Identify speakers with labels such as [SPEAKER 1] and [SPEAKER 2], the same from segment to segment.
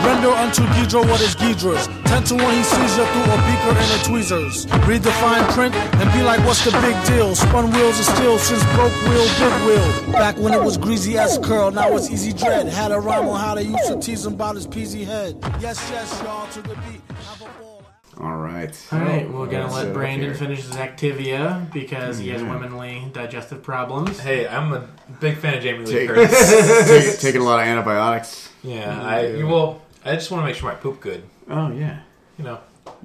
[SPEAKER 1] Surrender unto Ghidra what is Ghidra's. Ten to one, he sees you through a beaker and a tweezers. Read the fine print and be like, what's the big deal? Spun wheels of steel since broke wheel, big wheel. Back when it was greasy as curl, now it's easy dread. Had a rhyme on how they used to tease him about his peasy head. Yes, yes, y'all, to the beat. Have a ball.
[SPEAKER 2] All right. uh,
[SPEAKER 3] All right, we're
[SPEAKER 2] Yeah,
[SPEAKER 3] gonna
[SPEAKER 2] so
[SPEAKER 3] let
[SPEAKER 2] look
[SPEAKER 3] Brandon
[SPEAKER 2] here.
[SPEAKER 3] finish his Activia because he has womanly digestive problems.
[SPEAKER 4] Hey, I'm a big fan of Jamie Lee
[SPEAKER 2] Take,
[SPEAKER 4] Curtis.
[SPEAKER 2] take, taking a lot of antibiotics.
[SPEAKER 4] yeah, I well, I just want to make sure my poop good.
[SPEAKER 2] Oh yeah.
[SPEAKER 4] You know,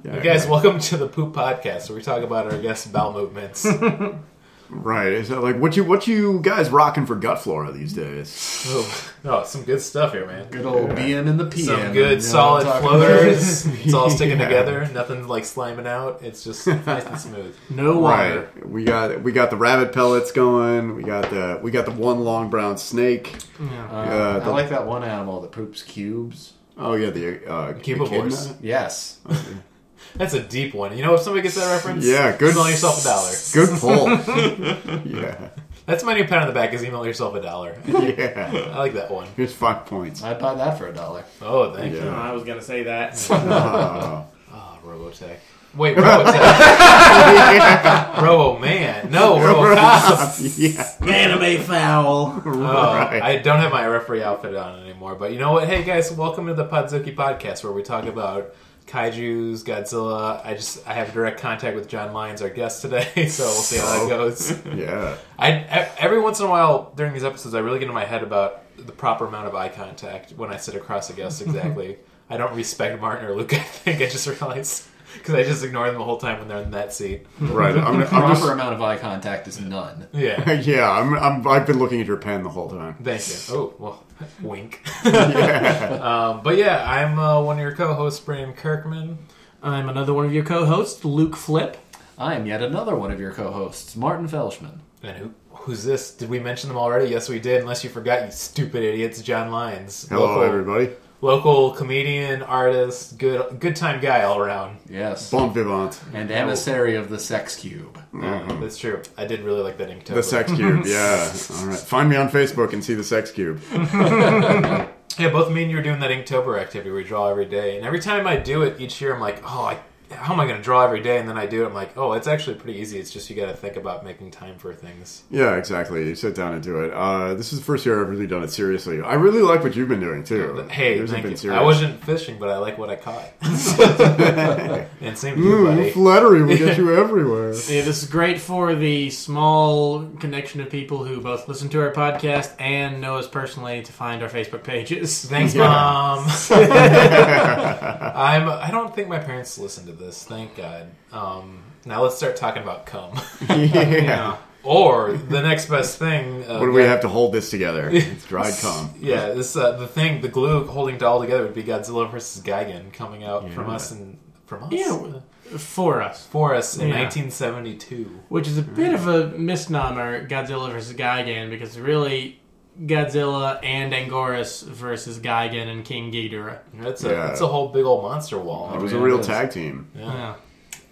[SPEAKER 2] yeah
[SPEAKER 4] Hey, guys,
[SPEAKER 2] yeah.
[SPEAKER 4] welcome to the Poop Podcast, where we talk about our guests' bowel movements. Ooh,
[SPEAKER 2] Right. So like, what you what you guys rocking for gut flora these days?
[SPEAKER 4] Oh, no, some good stuff here, man.
[SPEAKER 5] Good old BM in the PM.
[SPEAKER 4] Some good, solid floaters. it's all sticking together. Nothing's like sliming out. It's just nice and smooth.
[SPEAKER 3] No water.
[SPEAKER 2] Right. We got we got the rabbit pellets going. We got the we got the one long brown snake.
[SPEAKER 5] Uh,
[SPEAKER 2] Uh,
[SPEAKER 5] I
[SPEAKER 2] the-
[SPEAKER 5] like that one animal that poops cubes.
[SPEAKER 2] Oh yeah, the uh,
[SPEAKER 4] Cubivores.
[SPEAKER 2] echidna.
[SPEAKER 5] Yes.
[SPEAKER 4] That's a deep one. You know, if somebody gets that reference,
[SPEAKER 2] Yeah, good.
[SPEAKER 4] Email yourself a dollar.
[SPEAKER 2] Good pull. yeah.
[SPEAKER 4] That's my new pen on the back. Is email yourself a dollar.
[SPEAKER 2] Yeah.
[SPEAKER 4] I like that one.
[SPEAKER 2] Here's five points.
[SPEAKER 5] I'd buy that for a dollar.
[SPEAKER 4] Oh, thank you.
[SPEAKER 3] Oh,
[SPEAKER 2] Yeah.
[SPEAKER 3] I was gonna say that.
[SPEAKER 2] Oh.
[SPEAKER 4] Oh, Robotech. Wait, Robotech. Robo Man. No, Robocop.
[SPEAKER 2] yeah.
[SPEAKER 5] Anime foul.
[SPEAKER 4] Oh,
[SPEAKER 2] Right.
[SPEAKER 4] I don't have my referee outfit on anymore, but you know what? Hey guys, welcome to the Podzuki podcast where we talk about kaiju's, Godzilla. I just I have direct contact with John Lyons, our guest today, so we'll see how that goes.
[SPEAKER 2] Yeah.
[SPEAKER 4] I e- every once in a while during these episodes, I really get in my head about the proper amount of eye contact when I sit across a guest. Exactly. I don't respect Martin or Luke. I think I just realized because I just ignore them the whole time when they're in that seat.
[SPEAKER 2] Right. I'm, I'm
[SPEAKER 5] Proper
[SPEAKER 2] just.
[SPEAKER 5] amount of eye contact is none.
[SPEAKER 4] Yeah.
[SPEAKER 2] Yeah. I'm, I'm. I've been looking at your pen the whole time.
[SPEAKER 4] Thank you. Oh well, wink.
[SPEAKER 2] Yeah.
[SPEAKER 4] Um, but yeah, I'm uh, one of your co-hosts, Brandon Kirkman.
[SPEAKER 3] I'm another one of your co-hosts, Luke Flip.
[SPEAKER 5] I am yet another one of your co-hosts, Martin Felshman.
[SPEAKER 4] And who, who's this? Did we mention them already? Yes, we did. Unless you forgot, you stupid idiots. John Lyons,
[SPEAKER 2] Hello,
[SPEAKER 4] local,
[SPEAKER 2] everybody.
[SPEAKER 4] local comedian, artist, good good time guy all around.
[SPEAKER 5] Yes.
[SPEAKER 2] Bon vivant.
[SPEAKER 5] And emissary of the sex cube.
[SPEAKER 4] Uh, that's true. I did really like that Inktober.
[SPEAKER 2] Mm-hmm. The Sex Cube, yeah. All right. Find me on Facebook and see the Sex Cube.
[SPEAKER 4] Yeah, both me and you are doing that Inktober activity where you draw every day. And every time I do it each year, I'm like, oh, I, how am I going to draw every day? And then I do it, I'm like, oh, it's actually pretty easy. It's just you got to think about making time for things.
[SPEAKER 2] Yeah, exactly. You sit down and do it. Uh, this is the first year I've really done it seriously. I really like what you've been doing too.
[SPEAKER 4] Hey,
[SPEAKER 2] Yours have
[SPEAKER 4] thank
[SPEAKER 2] been
[SPEAKER 4] you.
[SPEAKER 2] serious.
[SPEAKER 4] I wasn't fishing, but I like what I caught. and same to you,
[SPEAKER 2] Ooh,
[SPEAKER 4] buddy.
[SPEAKER 2] flattery will get you everywhere.
[SPEAKER 3] Yeah, this is great for the small connection of people who both listen to our podcast and know us personally to find our Facebook pages.
[SPEAKER 4] Thanks,
[SPEAKER 2] Yeah.
[SPEAKER 4] mom. I'm. I don't think my parents listen to this. Thank God. Um, now let's start talking about cum.
[SPEAKER 2] yeah.
[SPEAKER 4] or the next best thing. Uh,
[SPEAKER 2] What do we have to hold this together? It's dried cum.
[SPEAKER 4] Yeah, this uh, the thing. The glue holding it all together would be Godzilla versus Gigan coming out from us and from us.
[SPEAKER 3] Yeah. For us,
[SPEAKER 4] For us in
[SPEAKER 3] Yeah.
[SPEAKER 4] 1972.
[SPEAKER 3] which is a bit of a misnomer, Godzilla versus Gigan, because really, Godzilla and Angoras versus Gigan and King Ghidorah.
[SPEAKER 4] That's a
[SPEAKER 2] Yeah.
[SPEAKER 4] that's a whole big old monster wall.
[SPEAKER 2] It was a
[SPEAKER 5] Yeah,
[SPEAKER 2] real
[SPEAKER 5] it is.
[SPEAKER 2] tag team.
[SPEAKER 3] Yeah.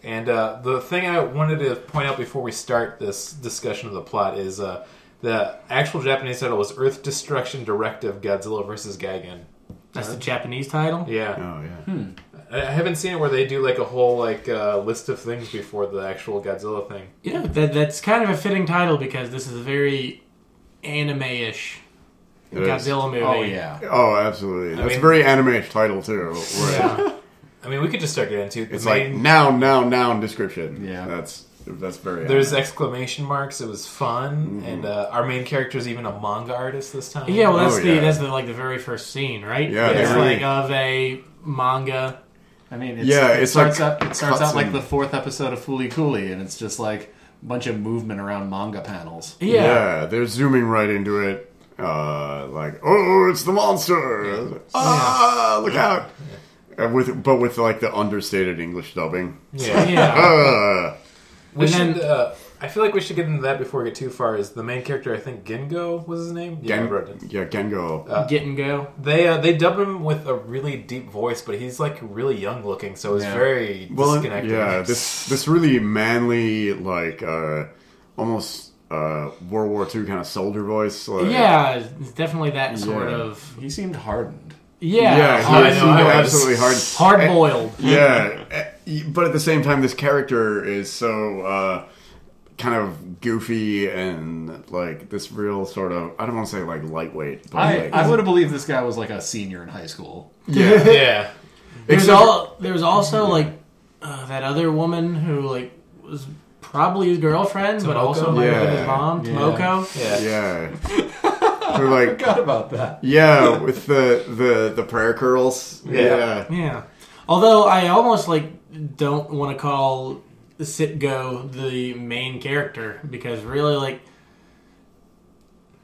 [SPEAKER 4] And uh, the thing I wanted to point out before we start this discussion of the plot is uh, the actual Japanese title was Earth Destruction Directive Godzilla vs. Gigan.
[SPEAKER 3] That's the Japanese title.
[SPEAKER 4] Yeah.
[SPEAKER 2] Oh yeah.
[SPEAKER 4] I I haven't seen it where they do like a whole like uh, list of things before the actual Godzilla thing.
[SPEAKER 3] Yeah, that, that's kind of a fitting title because this is a very anime-ish
[SPEAKER 2] It is.
[SPEAKER 3] Godzilla movie.
[SPEAKER 5] Oh yeah.
[SPEAKER 2] Oh, absolutely. That's
[SPEAKER 4] mean-
[SPEAKER 2] a very anime title too. where
[SPEAKER 4] I mean, we could just start getting into it. The
[SPEAKER 2] It's like
[SPEAKER 4] main-
[SPEAKER 2] noun, noun, noun description.
[SPEAKER 5] Yeah.
[SPEAKER 2] That's that's very.
[SPEAKER 4] there's
[SPEAKER 2] anime.
[SPEAKER 4] exclamation marks. It was fun,
[SPEAKER 2] Mm-hmm.
[SPEAKER 4] and uh, our main character is even a manga artist this time.
[SPEAKER 3] Yeah, well, that's
[SPEAKER 2] Oh,
[SPEAKER 3] the
[SPEAKER 2] yeah.
[SPEAKER 3] that's the like the very first scene, right?
[SPEAKER 2] Yeah,
[SPEAKER 3] it's
[SPEAKER 4] they
[SPEAKER 2] really-
[SPEAKER 3] like of a manga.
[SPEAKER 5] I mean, it's,
[SPEAKER 2] Yeah,
[SPEAKER 5] it
[SPEAKER 2] it's
[SPEAKER 5] starts
[SPEAKER 2] like
[SPEAKER 5] up. It starts out like
[SPEAKER 2] cutscene.
[SPEAKER 5] the fourth episode of Foolie Cooley, and it's just like a bunch of movement around manga panels.
[SPEAKER 3] Yeah,
[SPEAKER 2] they're zooming right into it. Uh, like, oh, it's the monster! Ah, look out! And with but with like the understated English dubbing.
[SPEAKER 4] yeah.
[SPEAKER 3] yeah.
[SPEAKER 2] Uh,
[SPEAKER 4] We
[SPEAKER 3] And
[SPEAKER 4] should.
[SPEAKER 3] then-
[SPEAKER 4] uh, I feel like we should get into that before we get too far. Is the main character? I think Gengo was his name. Yeah, Uh, I wrote it.
[SPEAKER 2] Gen- yeah, Gengo.
[SPEAKER 3] Get and go.
[SPEAKER 4] They uh, they dub him with a really deep voice, but he's like really young looking, so it's
[SPEAKER 5] Yeah.
[SPEAKER 4] very
[SPEAKER 2] well, uh,
[SPEAKER 4] disconnected.
[SPEAKER 2] yeah, this this really manly, like uh, almost uh, World War II kind of soldier voice. Like,
[SPEAKER 3] Yeah, it's definitely that sort
[SPEAKER 2] Yeah.
[SPEAKER 3] of.
[SPEAKER 5] He seemed hardened.
[SPEAKER 3] Yeah,
[SPEAKER 2] Yeah, he
[SPEAKER 3] hard,
[SPEAKER 2] was- he
[SPEAKER 4] know, I
[SPEAKER 2] was
[SPEAKER 4] was.
[SPEAKER 2] absolutely hard.
[SPEAKER 3] hard boiled.
[SPEAKER 2] Yeah, eh, but at the same time, this character is so uh, kind of goofy and like this real sort of I don't want to say like lightweight, but
[SPEAKER 5] I,
[SPEAKER 2] like,
[SPEAKER 5] I would have believed this guy was like a senior in high school.
[SPEAKER 2] yeah.
[SPEAKER 4] Yeah.
[SPEAKER 3] There's
[SPEAKER 2] Except-
[SPEAKER 3] all there was also like uh, that other woman who like was probably his girlfriend, but also might have been
[SPEAKER 2] Yeah.
[SPEAKER 3] his mom, Tomoko.
[SPEAKER 4] Yeah.
[SPEAKER 2] yeah. They're like
[SPEAKER 5] Forgot about that.
[SPEAKER 2] yeah, with the the the prayer curls. Yeah,
[SPEAKER 3] Yeah. Although I almost like don't want to call Sitgo the main character because really like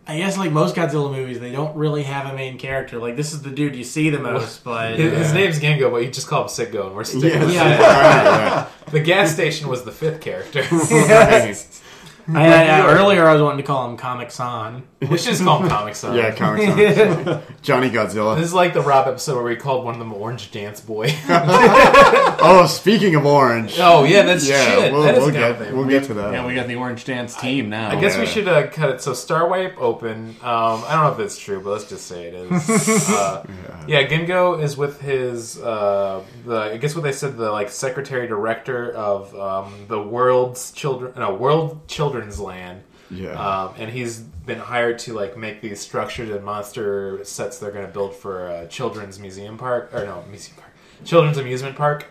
[SPEAKER 3] I guess like most Godzilla movies they don't really have a main character. Like this is the dude you see the most, but
[SPEAKER 4] His- His name's Gengo, but you just call him Sitgo, and we're sticking
[SPEAKER 2] yeah,
[SPEAKER 4] with
[SPEAKER 3] Yeah.
[SPEAKER 2] yeah.
[SPEAKER 4] it. The gas station was the fifth character.
[SPEAKER 3] I, I, I- uh, earlier I was wanting to call him Comic San.
[SPEAKER 4] we should just call him Comic Son.
[SPEAKER 2] yeah, Comic Johnny Godzilla.
[SPEAKER 4] This is like the Rob episode where we called one of them Orange Dance Boy.
[SPEAKER 2] Oh, speaking of orange,
[SPEAKER 4] oh, yeah, that's
[SPEAKER 2] yeah,
[SPEAKER 4] shit.
[SPEAKER 2] we'll,
[SPEAKER 4] that is
[SPEAKER 2] we'll
[SPEAKER 4] a kind of
[SPEAKER 2] get
[SPEAKER 4] thing.
[SPEAKER 2] we'll get to that.
[SPEAKER 5] Yeah, we got the orange dance team now.
[SPEAKER 4] I guess we
[SPEAKER 2] Yeah.
[SPEAKER 4] should uh, cut it. So Starwipe open. Um, I don't know if that's true, but let's just say it is. uh, yeah. Gengo is with his. Uh, the I guess what they said the like secretary director of um, the world's children, no, world children's land.
[SPEAKER 2] Yeah.
[SPEAKER 4] Um, and he's been hired to like make these structures and monster sets they're going to build for uh, children's museum park or no museum park, children's amusement park.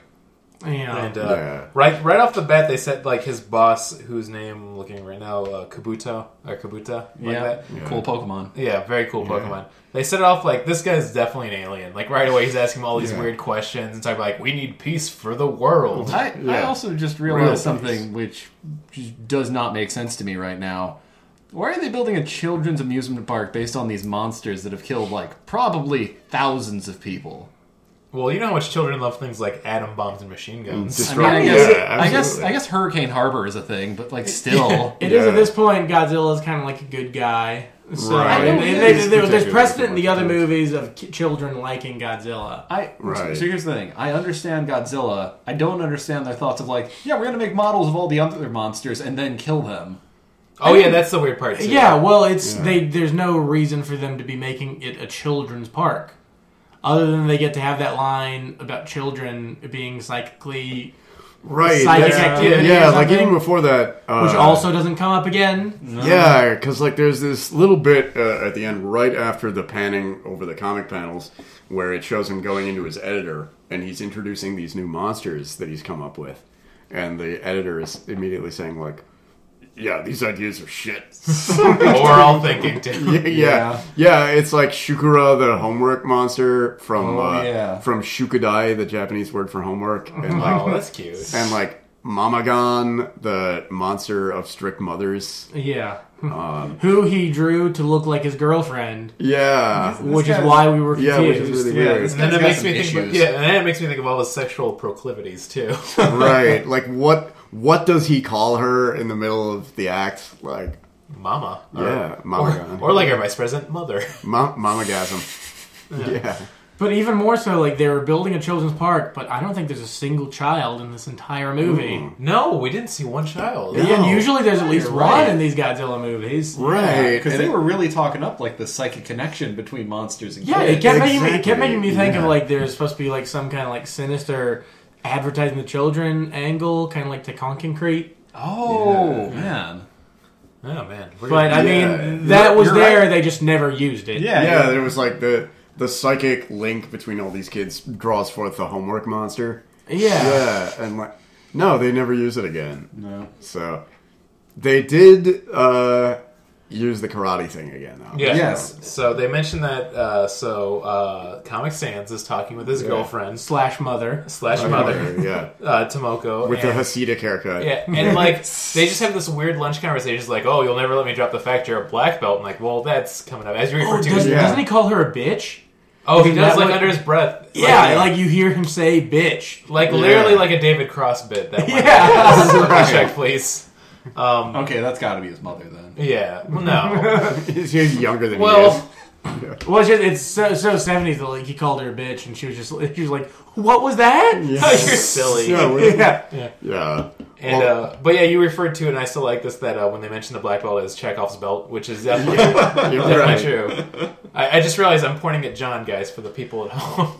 [SPEAKER 3] Oh, Yeah.
[SPEAKER 4] And uh,
[SPEAKER 2] Yeah.
[SPEAKER 4] right right off the bat, they said like his boss, whose name I'm looking right now, uh, Kabuto or Kabuta, like
[SPEAKER 5] yeah.
[SPEAKER 4] that.
[SPEAKER 5] cool Pokemon.
[SPEAKER 4] Yeah, very cool Pokemon. They set it off like this guy's definitely an alien. Like right away, he's asking him all these
[SPEAKER 2] Yeah.
[SPEAKER 4] weird questions and talking about, like we need peace for the world.
[SPEAKER 5] I, I
[SPEAKER 2] Yeah.
[SPEAKER 5] also just
[SPEAKER 2] Real
[SPEAKER 5] realized
[SPEAKER 2] peace.
[SPEAKER 5] something which just does not make sense to me right now. Why are they building a children's amusement park based on these monsters that have killed like probably thousands of people?
[SPEAKER 4] Well, you know how much children love things like atom bombs and machine guns.
[SPEAKER 5] I,
[SPEAKER 2] Destroy-
[SPEAKER 5] mean, I, guess,
[SPEAKER 2] yeah,
[SPEAKER 5] I guess
[SPEAKER 2] absolutely.
[SPEAKER 5] I guess Hurricane Harbor is a thing, but like still,
[SPEAKER 3] It is
[SPEAKER 2] Yeah.
[SPEAKER 3] at this point. Godzilla is kind of like a good guy. So
[SPEAKER 2] Right.
[SPEAKER 3] and- and they-
[SPEAKER 2] He's
[SPEAKER 3] there- there's
[SPEAKER 2] particularly
[SPEAKER 3] precedent in the
[SPEAKER 2] good
[SPEAKER 3] other
[SPEAKER 2] with kids.
[SPEAKER 3] movies of ki- children liking Godzilla.
[SPEAKER 5] I
[SPEAKER 2] Right.
[SPEAKER 5] so here's the thing. I understand Godzilla. I don't understand their thoughts of like, yeah, we're gonna make models of all the other monsters and then kill them.
[SPEAKER 4] oh yeah, that's the weird part. Too.
[SPEAKER 3] Yeah, well, it's
[SPEAKER 2] Yeah.
[SPEAKER 3] they. There's no reason for them to be making it a children's park, other than they get to have that line about children being psychically,
[SPEAKER 2] right?
[SPEAKER 3] Psychic
[SPEAKER 2] that's-
[SPEAKER 3] activity or
[SPEAKER 2] yeah, like
[SPEAKER 3] something.
[SPEAKER 2] even before that, uh,
[SPEAKER 3] which also doesn't come up again.
[SPEAKER 2] Yeah, because like there's this little bit uh, at the end, right after the panning over the comic panels, where it shows him going into his editor and he's introducing these new monsters that he's come up with, and the editor is immediately saying like, "Yeah, these ideas are shit."
[SPEAKER 4] we're all thinking too.
[SPEAKER 2] yeah, yeah, yeah. It's like Shukura, the homework monster from
[SPEAKER 5] Oh,
[SPEAKER 2] uh,
[SPEAKER 5] yeah.
[SPEAKER 2] from Shukudai, the Japanese word for homework, and like
[SPEAKER 4] Oh, that's cute.
[SPEAKER 2] and like Mamagon, the monster of strict mothers.
[SPEAKER 3] Yeah,
[SPEAKER 2] Um,
[SPEAKER 3] who he drew to look like his girlfriend,
[SPEAKER 2] Yeah.
[SPEAKER 3] which is
[SPEAKER 5] guy's-
[SPEAKER 3] why we were confused.
[SPEAKER 2] Yeah, which is really weird.
[SPEAKER 4] And then
[SPEAKER 5] He's
[SPEAKER 4] it
[SPEAKER 5] got
[SPEAKER 4] makes
[SPEAKER 5] some
[SPEAKER 4] me think.
[SPEAKER 5] issues.
[SPEAKER 4] yeah, and then it makes me think of all his sexual proclivities too.
[SPEAKER 2] right. Like what what does he call her in the middle of the act? Like
[SPEAKER 4] Mama.
[SPEAKER 2] yeah,
[SPEAKER 4] Or,
[SPEAKER 2] mamagon.
[SPEAKER 4] or like our vice president, mother.
[SPEAKER 2] Ma- mamagasm. Yeah.
[SPEAKER 3] But even more so, like they were building a children's park, but I don't think there's a single child in this entire movie.
[SPEAKER 4] No, we didn't see one child.
[SPEAKER 2] Yeah.
[SPEAKER 3] And
[SPEAKER 2] No.
[SPEAKER 3] usually there's at least
[SPEAKER 5] You're
[SPEAKER 3] one
[SPEAKER 5] right.
[SPEAKER 3] in these Godzilla movies.
[SPEAKER 2] Right.
[SPEAKER 5] because
[SPEAKER 2] And
[SPEAKER 5] Uh, they
[SPEAKER 2] it-
[SPEAKER 5] were really talking up like the psychic connection between monsters and
[SPEAKER 3] Yeah, it
[SPEAKER 5] kids.
[SPEAKER 3] kept making me, it kept
[SPEAKER 2] Exactly,
[SPEAKER 3] making me think
[SPEAKER 2] yeah.
[SPEAKER 3] of like there's supposed to be like some kind of like sinister advertising the children angle, kind of like to concrete.
[SPEAKER 5] Oh man,
[SPEAKER 4] Oh man. We're-
[SPEAKER 3] But um, I
[SPEAKER 2] Yeah.
[SPEAKER 3] mean, that was
[SPEAKER 5] You're
[SPEAKER 3] there.
[SPEAKER 5] right.
[SPEAKER 3] They just never used it.
[SPEAKER 5] yeah,
[SPEAKER 2] yeah, there was like the the psychic link between all these kids draws forth the homework monster.
[SPEAKER 3] yeah.
[SPEAKER 2] Yeah, and like no, they never use it again.
[SPEAKER 5] No.
[SPEAKER 2] So they did uh use the karate thing again though.
[SPEAKER 4] Yeah.
[SPEAKER 5] Yes.
[SPEAKER 4] So they mentioned that. Uh, so uh, Comic Sans is talking with his girlfriend
[SPEAKER 3] Slash mother.
[SPEAKER 4] slash mother
[SPEAKER 2] Yeah.
[SPEAKER 4] uh, Tomoko
[SPEAKER 2] With the
[SPEAKER 4] and,
[SPEAKER 2] Hasidic haircut.
[SPEAKER 4] yeah, and like they just have this weird lunch conversation. It's like, oh, you'll never let me drop the fact you're a black belt. I'm like, well, that's coming up as you
[SPEAKER 3] Oh,
[SPEAKER 4] refer
[SPEAKER 3] does,
[SPEAKER 4] to.
[SPEAKER 2] yeah.
[SPEAKER 3] Doesn't he call her a bitch?
[SPEAKER 4] Oh, he
[SPEAKER 3] Is
[SPEAKER 4] does
[SPEAKER 3] that
[SPEAKER 4] like
[SPEAKER 3] what-
[SPEAKER 4] under his breath. Like,
[SPEAKER 3] Yeah, like you hear him say bitch.
[SPEAKER 4] like
[SPEAKER 2] Yeah.
[SPEAKER 4] literally like a David Cross bit. That one.
[SPEAKER 3] Yeah.
[SPEAKER 4] check, please. Um,
[SPEAKER 5] Okay, that's got to be his mother then.
[SPEAKER 4] yeah. Well, no.
[SPEAKER 2] He's younger than he is.
[SPEAKER 4] Well,
[SPEAKER 3] Well, it's, just, it's so so seventies that like he called her a bitch, and she was just she was like, "What was that?"
[SPEAKER 4] You're silly.
[SPEAKER 2] Yeah, we're-
[SPEAKER 3] yeah.
[SPEAKER 2] yeah.
[SPEAKER 4] And
[SPEAKER 2] Well-
[SPEAKER 4] uh, but yeah, you referred to, and I still like this that uh, when they mention the black belt as Chekhov's belt, which is definitely,
[SPEAKER 2] You're right.
[SPEAKER 4] definitely true. I, I just realized I'm pointing at John, guys, for the people at home.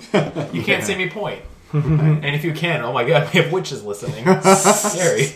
[SPEAKER 4] You can't see me point, and if you can, oh my god, we have witches listening. Scary.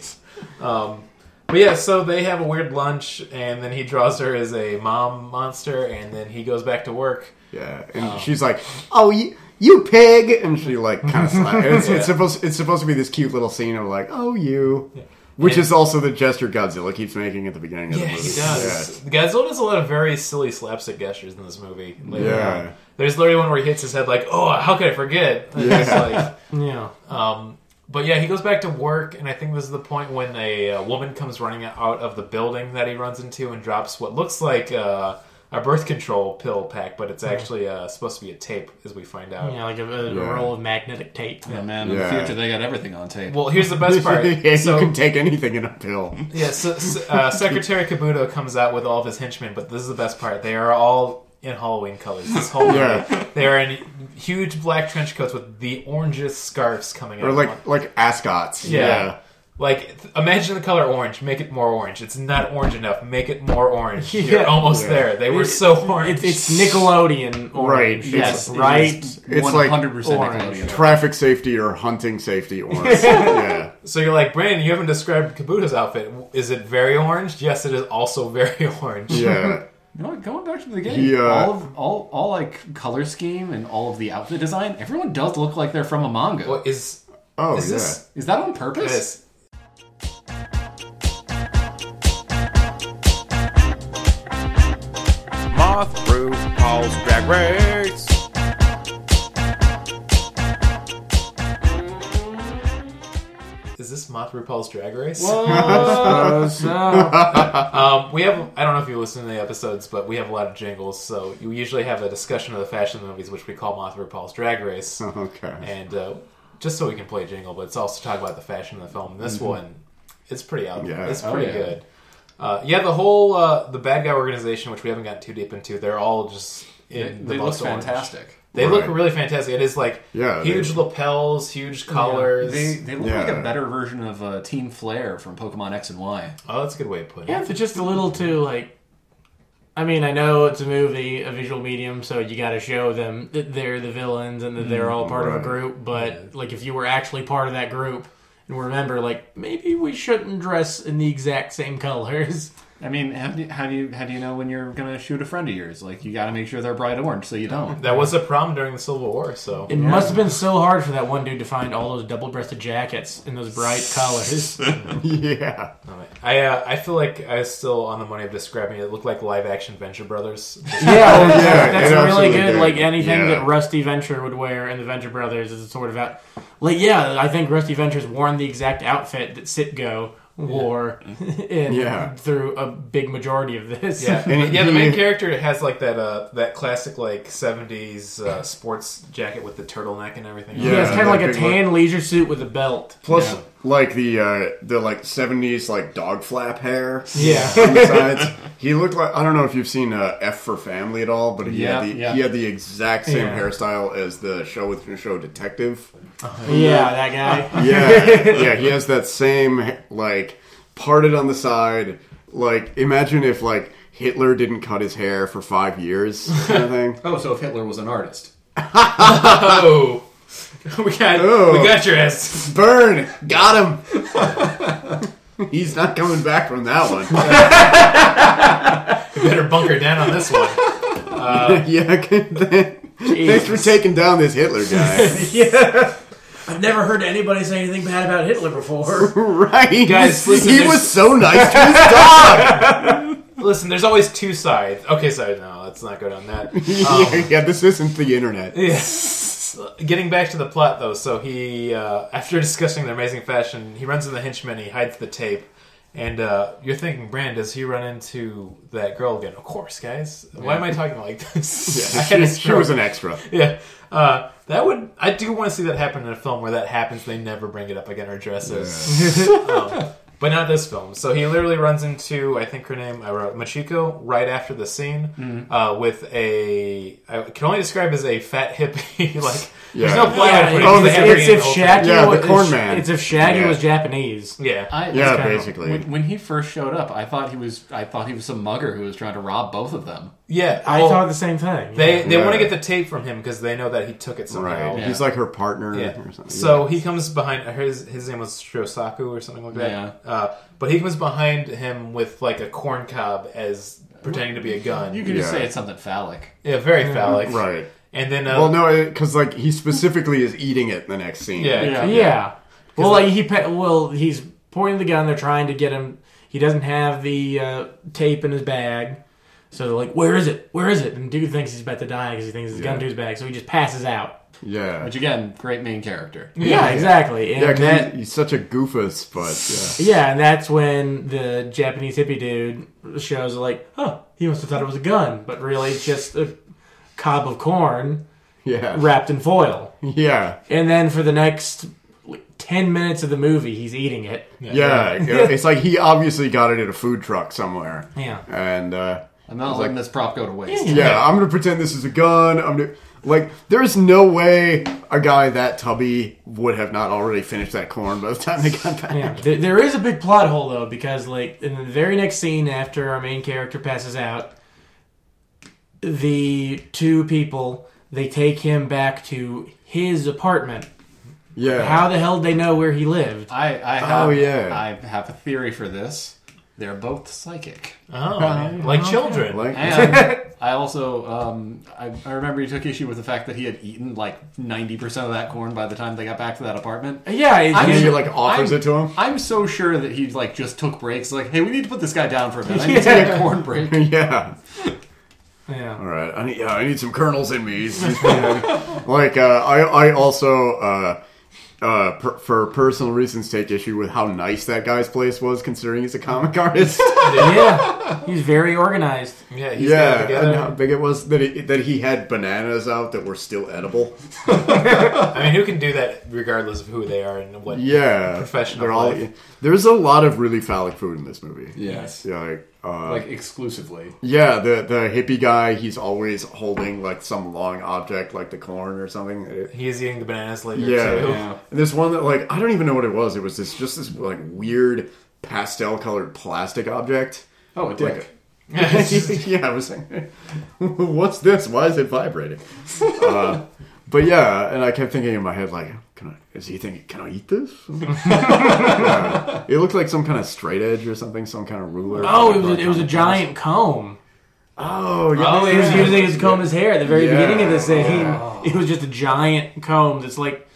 [SPEAKER 4] Um, but yeah, so they have a weird lunch, and then he draws her as a mom monster, and then he goes back to work.
[SPEAKER 2] Yeah, and she's
[SPEAKER 4] Um,
[SPEAKER 2] like, "Oh, you, you pig!" And she like kind of slaps. It's,
[SPEAKER 4] Yeah.
[SPEAKER 2] it's supposed it's supposed to be this cute little scene of like, "Oh, you," which
[SPEAKER 4] And-
[SPEAKER 2] is also the gesture Godzilla keeps making at the beginning of
[SPEAKER 4] Yeah,
[SPEAKER 2] the movie.
[SPEAKER 4] he does. Godzilla does a lot of very silly slapstick gestures in this movie. later
[SPEAKER 2] Yeah.
[SPEAKER 4] on. There's literally one where he hits his head like, "Oh, how could I forget?" And it's
[SPEAKER 2] Yeah.
[SPEAKER 3] Yeah.
[SPEAKER 4] like, um, but yeah, he goes back to work, and I think this is the point when a, uh woman comes running out of the building that he runs into and drops what looks like uh, a birth control pill pack, but it's actually uh, supposed to be a tape, as we find out.
[SPEAKER 3] Yeah, like a, a
[SPEAKER 2] Yeah.
[SPEAKER 3] roll of magnetic tape.
[SPEAKER 5] Oh, man, in
[SPEAKER 2] Yeah.
[SPEAKER 5] the future they got everything on tape.
[SPEAKER 4] Well, here's the best part.
[SPEAKER 2] yeah,
[SPEAKER 4] so,
[SPEAKER 2] you can take anything in a pill.
[SPEAKER 4] Yeah, so, so, uh, Secretary Kabuto comes out with all of his henchmen, but this is the best part. They are all in Halloween colors. This whole movie.
[SPEAKER 2] Yeah.
[SPEAKER 4] They are in huge black trench coats with the orangest scarves coming out.
[SPEAKER 2] Or
[SPEAKER 4] of them.
[SPEAKER 2] like like ascots.
[SPEAKER 4] yeah. Like, th- imagine the color orange. Make it more orange. It's not orange enough. Make it more orange.
[SPEAKER 3] Yeah.
[SPEAKER 4] You're almost
[SPEAKER 2] Yeah.
[SPEAKER 4] there. They were so orange.
[SPEAKER 3] It's, it's Nickelodeon
[SPEAKER 2] Right.
[SPEAKER 3] orange.
[SPEAKER 2] Yes,
[SPEAKER 3] Yes,
[SPEAKER 5] it
[SPEAKER 3] right.
[SPEAKER 5] is
[SPEAKER 2] It's like
[SPEAKER 5] 100%
[SPEAKER 3] orange.
[SPEAKER 5] Nickelodeon.
[SPEAKER 2] Traffic safety or hunting safety or yeah.
[SPEAKER 4] so you're like, Brandon, you haven't described Kabuto's outfit. Is it very orange? Yes, it is also very orange.
[SPEAKER 2] Yeah.
[SPEAKER 5] You know what? Going back to the game,
[SPEAKER 2] He, uh,
[SPEAKER 5] all of all all like color scheme and all of the outfit design, everyone does look like they're from a manga.
[SPEAKER 4] What is.
[SPEAKER 2] Oh
[SPEAKER 4] Is
[SPEAKER 2] yeah.
[SPEAKER 4] this-
[SPEAKER 5] Is that on purpose?
[SPEAKER 4] This.
[SPEAKER 6] Moth Brew Paul's Drag Race.
[SPEAKER 4] Is this Moth RuPaul's Drag Race?
[SPEAKER 5] Uh,
[SPEAKER 3] Oh, so-
[SPEAKER 4] Um, we have, I don't know if you listen to the episodes, but we have a lot of jingles, so you usually have a discussion of the fashion movies, which we call Moth RuPaul's Drag Race.
[SPEAKER 6] Uh-huh.
[SPEAKER 2] Okay.
[SPEAKER 4] And uh, just so we can play a jingle, but it's also talk about the fashion of the film. This one, it's pretty out
[SPEAKER 2] Mm-hmm. Yeah.
[SPEAKER 4] It's
[SPEAKER 5] Oh,
[SPEAKER 4] pretty
[SPEAKER 5] yeah.
[SPEAKER 4] good. Uh, yeah, the whole, uh, the bad guy organization, which we haven't gotten too deep into, they're all just
[SPEAKER 5] They,
[SPEAKER 4] in the
[SPEAKER 5] they look
[SPEAKER 4] most orange.
[SPEAKER 5] fantastic.
[SPEAKER 4] They
[SPEAKER 2] Right.
[SPEAKER 4] look really fantastic. It is like
[SPEAKER 2] Yeah, they-
[SPEAKER 4] huge lapels, huge collars.
[SPEAKER 5] They, they look like
[SPEAKER 2] Yeah.
[SPEAKER 5] a better version of uh, Team Flare from Pokemon X and Y.
[SPEAKER 4] oh, that's a good way of putting it.
[SPEAKER 3] yeah, it's just a little too like. I mean, I know it's a movie, a visual medium, so you got to show them that they're the villains and that they're all part of
[SPEAKER 2] right.
[SPEAKER 3] a group. But like, if you were actually part of that group, and remember, like, maybe we shouldn't dress in the exact same colors.
[SPEAKER 5] I mean, how do, you, how do you how do you know when you're gonna shoot a friend of yours? Like you got to make sure they're bright orange, so you don't.
[SPEAKER 4] That was a problem during the Civil War, so.
[SPEAKER 3] It must have been so hard for that one dude to find all those double-breasted jackets in those bright colors.
[SPEAKER 2] Yeah.
[SPEAKER 4] I uh, I feel like I was still on the money of describing it. It looked like live action Venture Brothers.
[SPEAKER 3] Yeah,
[SPEAKER 2] Oh,
[SPEAKER 3] that's,
[SPEAKER 2] yeah,
[SPEAKER 3] that's
[SPEAKER 2] it
[SPEAKER 3] really
[SPEAKER 2] absolutely
[SPEAKER 3] good.
[SPEAKER 2] did.
[SPEAKER 3] Like anything
[SPEAKER 2] Yeah.
[SPEAKER 3] that Rusty Venture would wear in the Venture Brothers is sort of out. Like, yeah, I think Rusty Venture's worn the exact outfit that Sitgo wore in
[SPEAKER 2] Yeah.
[SPEAKER 3] through a big majority of this.
[SPEAKER 4] Yeah,
[SPEAKER 2] And
[SPEAKER 4] yeah. The main
[SPEAKER 2] he-
[SPEAKER 4] character has like that uh, that classic like seventies uh, sports jacket with the turtleneck and everything.
[SPEAKER 2] Yeah.
[SPEAKER 3] Yeah, it's kind
[SPEAKER 2] that
[SPEAKER 3] of like a
[SPEAKER 2] big
[SPEAKER 3] tan leisure suit with a belt.
[SPEAKER 2] Plus like the uh the like seventies like dog flap hair.
[SPEAKER 3] Yeah.
[SPEAKER 2] on the sides. He looked like I don't know if you've seen uh, F for Family at all, but he
[SPEAKER 5] Yeah,
[SPEAKER 2] had the
[SPEAKER 5] yeah.
[SPEAKER 2] he had the exact same
[SPEAKER 3] Yeah.
[SPEAKER 2] hairstyle as the show with the show detective.
[SPEAKER 3] yeah, that guy.
[SPEAKER 2] Yeah, yeah, he has that same like parted on the side. Like imagine if like Hitler didn't cut his hair for five years, kind of thing.
[SPEAKER 5] Oh, so if Hitler was an artist,
[SPEAKER 4] Oh, we got
[SPEAKER 2] Oh.
[SPEAKER 4] we got your ass.
[SPEAKER 2] Burn, got him. He's not coming back from that one.
[SPEAKER 4] You better bunker down on this one.
[SPEAKER 2] yeah, good thing. thanks for
[SPEAKER 3] Jesus.
[SPEAKER 2] taking down this Hitler guy.
[SPEAKER 3] I've never heard anybody say anything bad about Hitler before.
[SPEAKER 2] right,
[SPEAKER 4] Guys, listen,
[SPEAKER 2] he
[SPEAKER 4] there's-
[SPEAKER 2] was so nice to his dog.
[SPEAKER 4] Listen, there's always two sides. Okay, sorry, no, let's not go down that. Oh.
[SPEAKER 2] yeah, yeah, this isn't the internet.
[SPEAKER 4] Yes. Getting back to the plot, though, so he, uh, after discussing their amazing fashion, he runs in the henchman, he hides the tape, and uh, you're thinking, Brand, does he run into that girl again? Of course, guys. Why am I talking like this? I had a
[SPEAKER 2] she, she was an
[SPEAKER 4] stroke.
[SPEAKER 2] extra.
[SPEAKER 4] Yeah. Uh, that would. I do want to see that happen in a film where that happens. They never bring it up again or address it. um, But not this film. So he literally runs into, I think her name, I wrote Machiko, right after the scene
[SPEAKER 2] Mm-hmm.
[SPEAKER 4] uh, with a, I can only describe as a fat hippie. like,
[SPEAKER 2] Yeah.
[SPEAKER 4] there's no
[SPEAKER 3] Yeah,
[SPEAKER 4] plan.
[SPEAKER 2] Oh,
[SPEAKER 4] Yeah,
[SPEAKER 2] the-
[SPEAKER 3] it's, it's if Shaggy
[SPEAKER 2] Yeah, the
[SPEAKER 3] was
[SPEAKER 2] corn man.
[SPEAKER 3] It's if Shaggy
[SPEAKER 2] Yeah.
[SPEAKER 3] was Japanese.
[SPEAKER 4] Yeah.
[SPEAKER 5] I,
[SPEAKER 2] Yeah,
[SPEAKER 3] kinda-
[SPEAKER 2] basically.
[SPEAKER 5] when, when he first showed up, I thought he was I thought he was some mugger who was trying to rob both of them.
[SPEAKER 4] yeah.
[SPEAKER 3] I
[SPEAKER 4] well,
[SPEAKER 3] thought the same thing.
[SPEAKER 4] they they want
[SPEAKER 2] Yeah.
[SPEAKER 4] to get the tape from him because they know that he took it somehow.
[SPEAKER 2] right.
[SPEAKER 5] Yeah.
[SPEAKER 2] He's like her partner
[SPEAKER 4] Yeah.
[SPEAKER 2] or something.
[SPEAKER 4] So he comes behind uh, his his name was Shosaku or something like that.
[SPEAKER 5] Yeah.
[SPEAKER 4] Uh, but he comes behind him with like a corn cob as pretending to be a gun.
[SPEAKER 5] You could just
[SPEAKER 2] Yeah.
[SPEAKER 5] say it's something phallic.
[SPEAKER 4] yeah, very phallic.
[SPEAKER 2] Right.
[SPEAKER 4] And then uh,
[SPEAKER 2] Well, no, because like he specifically is eating it in the next scene.
[SPEAKER 4] yeah,
[SPEAKER 5] Yeah.
[SPEAKER 3] yeah. Well, like he pe- well he's pointing the gun. They're trying to get him. He doesn't have the uh, tape in his bag, so they're like, "Where is it? Where is it?" And dude thinks he's about to die because he thinks his gun
[SPEAKER 2] Yeah.
[SPEAKER 3] to his bag, so he just passes out.
[SPEAKER 2] yeah,
[SPEAKER 5] Which again, great main character.
[SPEAKER 3] Yeah, exactly. And
[SPEAKER 2] yeah. 'cause he-
[SPEAKER 3] that,
[SPEAKER 2] he's such a goofus, but
[SPEAKER 3] yeah, and that's when the Japanese hippie dude shows like, "Huh, he must have thought it was a gun, but really it's just a cob of corn
[SPEAKER 2] yeah, yeah,
[SPEAKER 3] wrapped in foil."
[SPEAKER 2] yeah,
[SPEAKER 3] And then for the next like, ten minutes of the movie, he's eating it.
[SPEAKER 2] yeah. It- it's like he obviously got it at a food truck somewhere.
[SPEAKER 3] Yeah.
[SPEAKER 2] and uh,
[SPEAKER 5] I'm not letting this prop go to waste.
[SPEAKER 2] yeah, I'm gonna pretend this is a gun. I'm gonna like, there's no way a guy that tubby would have not already finished that corn by the time they got back.
[SPEAKER 3] Yeah, there, there is a big plot hole though because like in the very next scene after our main character passes out, the two people they take him back to his apartment.
[SPEAKER 2] Yeah,
[SPEAKER 3] How the hell did they know where he lived?
[SPEAKER 5] I, I have,
[SPEAKER 2] Oh, yeah.
[SPEAKER 5] I have a theory for this. They're both psychic.
[SPEAKER 4] Oh, like children.
[SPEAKER 2] Uh-huh. like
[SPEAKER 5] And I also, um, I, I remember you took issue with the fact that he had eaten like 90% of that corn by the time they got back to that apartment.
[SPEAKER 3] Yeah, it,
[SPEAKER 5] I'm
[SPEAKER 2] and he
[SPEAKER 5] sure-
[SPEAKER 2] like offers
[SPEAKER 5] I'm-
[SPEAKER 2] it to him.
[SPEAKER 5] I'm so sure that he like just took breaks. Like, hey, we need to put this guy down for a minute. I need to take a corn break.
[SPEAKER 2] yeah.
[SPEAKER 3] yeah.
[SPEAKER 2] All right, I need, yeah, I need some kernels in me. like uh, I, I also uh, uh, per, for personal reasons take issue with how nice that guy's place was, considering he's a comic artist.
[SPEAKER 3] yeah, he's very organized.
[SPEAKER 4] Yeah, he's got it
[SPEAKER 2] yeah,
[SPEAKER 4] together.
[SPEAKER 2] and how big it was that he, that he had bananas out that were still edible.
[SPEAKER 4] I mean, who can do that regardless of who they are and what?
[SPEAKER 2] Yeah,
[SPEAKER 4] Professional
[SPEAKER 2] They're all,
[SPEAKER 4] life.
[SPEAKER 2] there's a lot of really phallic food in this movie.
[SPEAKER 5] Yes.
[SPEAKER 2] Yeah, like, uh,
[SPEAKER 5] Like exclusively.
[SPEAKER 2] yeah, the the hippie guy, he's always holding like some long object, like the corn or something. It-
[SPEAKER 4] He is eating the bananas later.
[SPEAKER 2] Yeah,
[SPEAKER 4] too.
[SPEAKER 5] yeah.
[SPEAKER 2] And this one that like I don't even know what it was. It was this just this like weird pastel colored plastic object.
[SPEAKER 5] Oh, a
[SPEAKER 2] Like,
[SPEAKER 5] dick.
[SPEAKER 2] yeah, I was saying, what's this? Why is it vibrating? uh, but yeah, and I kept thinking in my head like, can I? Is he thinking? Can I eat this? Yeah. It looked like some kind of straight edge or something, some kind of ruler.
[SPEAKER 3] Oh, it was it was a giant comb.
[SPEAKER 2] Oh, yeah.
[SPEAKER 3] Oh, he was using his comb his hair at the very
[SPEAKER 2] Yeah.
[SPEAKER 3] beginning of this thing. It was just a giant comb that's like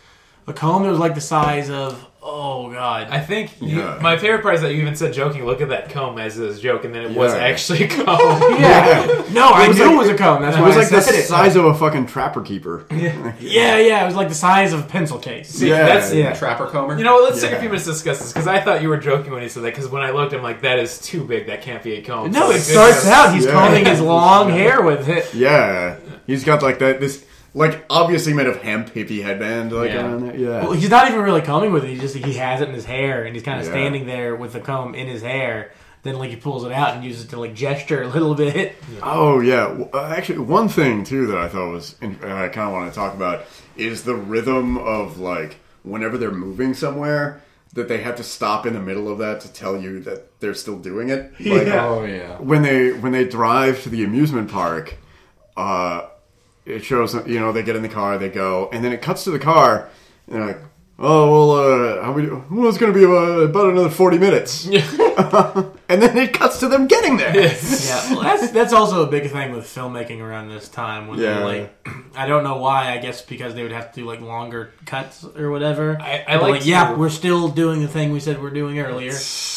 [SPEAKER 3] a comb that was like the size of oh god.
[SPEAKER 4] I think you-
[SPEAKER 2] Yeah.
[SPEAKER 4] my favorite part is that you even said joking. Look at that comb as a joke, and then it was
[SPEAKER 2] Yeah.
[SPEAKER 4] actually a comb.
[SPEAKER 3] Yeah. No, I
[SPEAKER 2] was
[SPEAKER 3] knew
[SPEAKER 2] like-
[SPEAKER 3] it was a comb. That's
[SPEAKER 2] It
[SPEAKER 3] why
[SPEAKER 2] was
[SPEAKER 3] I
[SPEAKER 2] like the
[SPEAKER 3] said it.
[SPEAKER 2] size of a fucking trapper keeper.
[SPEAKER 3] yeah, yeah. It was like the size of a pencil case.
[SPEAKER 2] Yeah.
[SPEAKER 4] That's
[SPEAKER 3] Yeah.
[SPEAKER 5] Trapper Comer.
[SPEAKER 4] You know, what, let's take
[SPEAKER 2] Yeah.
[SPEAKER 4] a few minutes to discuss this because I thought you were joking when you said that. Because when I looked, I'm like, that is too big. That can't be a comb.
[SPEAKER 3] No,
[SPEAKER 4] So
[SPEAKER 3] it
[SPEAKER 4] it's-
[SPEAKER 3] starts out. He's
[SPEAKER 2] Yeah.
[SPEAKER 3] combing his long hair with it.
[SPEAKER 2] Yeah, he's got like that. This like obviously made of hemp hippie headband, like
[SPEAKER 5] Yeah.
[SPEAKER 2] around it. Yeah,
[SPEAKER 3] Well, he's not even really combing with it. He just he has it in his hair, and he's kind of
[SPEAKER 2] Yeah.
[SPEAKER 3] standing there with the comb in his hair. Then like he pulls it out and uses it to like gesture a little bit.
[SPEAKER 2] Oh yeah. W- uh, Actually, one thing too that I thought was in- uh, I kind of want to talk about is the rhythm of like whenever they're moving somewhere that they have to stop in the middle of that to tell you that they're still doing it. Like,
[SPEAKER 5] Oh yeah.
[SPEAKER 2] when they when they drive to the amusement park, uh, it shows you know they get in the car, they go, and then it cuts to the car, and they're like, "Oh well, uh, how we? Well, it's going to be uh, about another forty minutes." and then it cuts to them getting there.
[SPEAKER 3] Yeah, well, that's that's also a big thing with filmmaking around this time. When
[SPEAKER 2] Yeah.
[SPEAKER 3] they're like, I don't know why. I guess because they would have to do like longer cuts or whatever.
[SPEAKER 4] I- I
[SPEAKER 3] They're
[SPEAKER 4] like
[SPEAKER 3] like, yeah,
[SPEAKER 4] to-
[SPEAKER 3] we're still doing the thing we said we're doing earlier.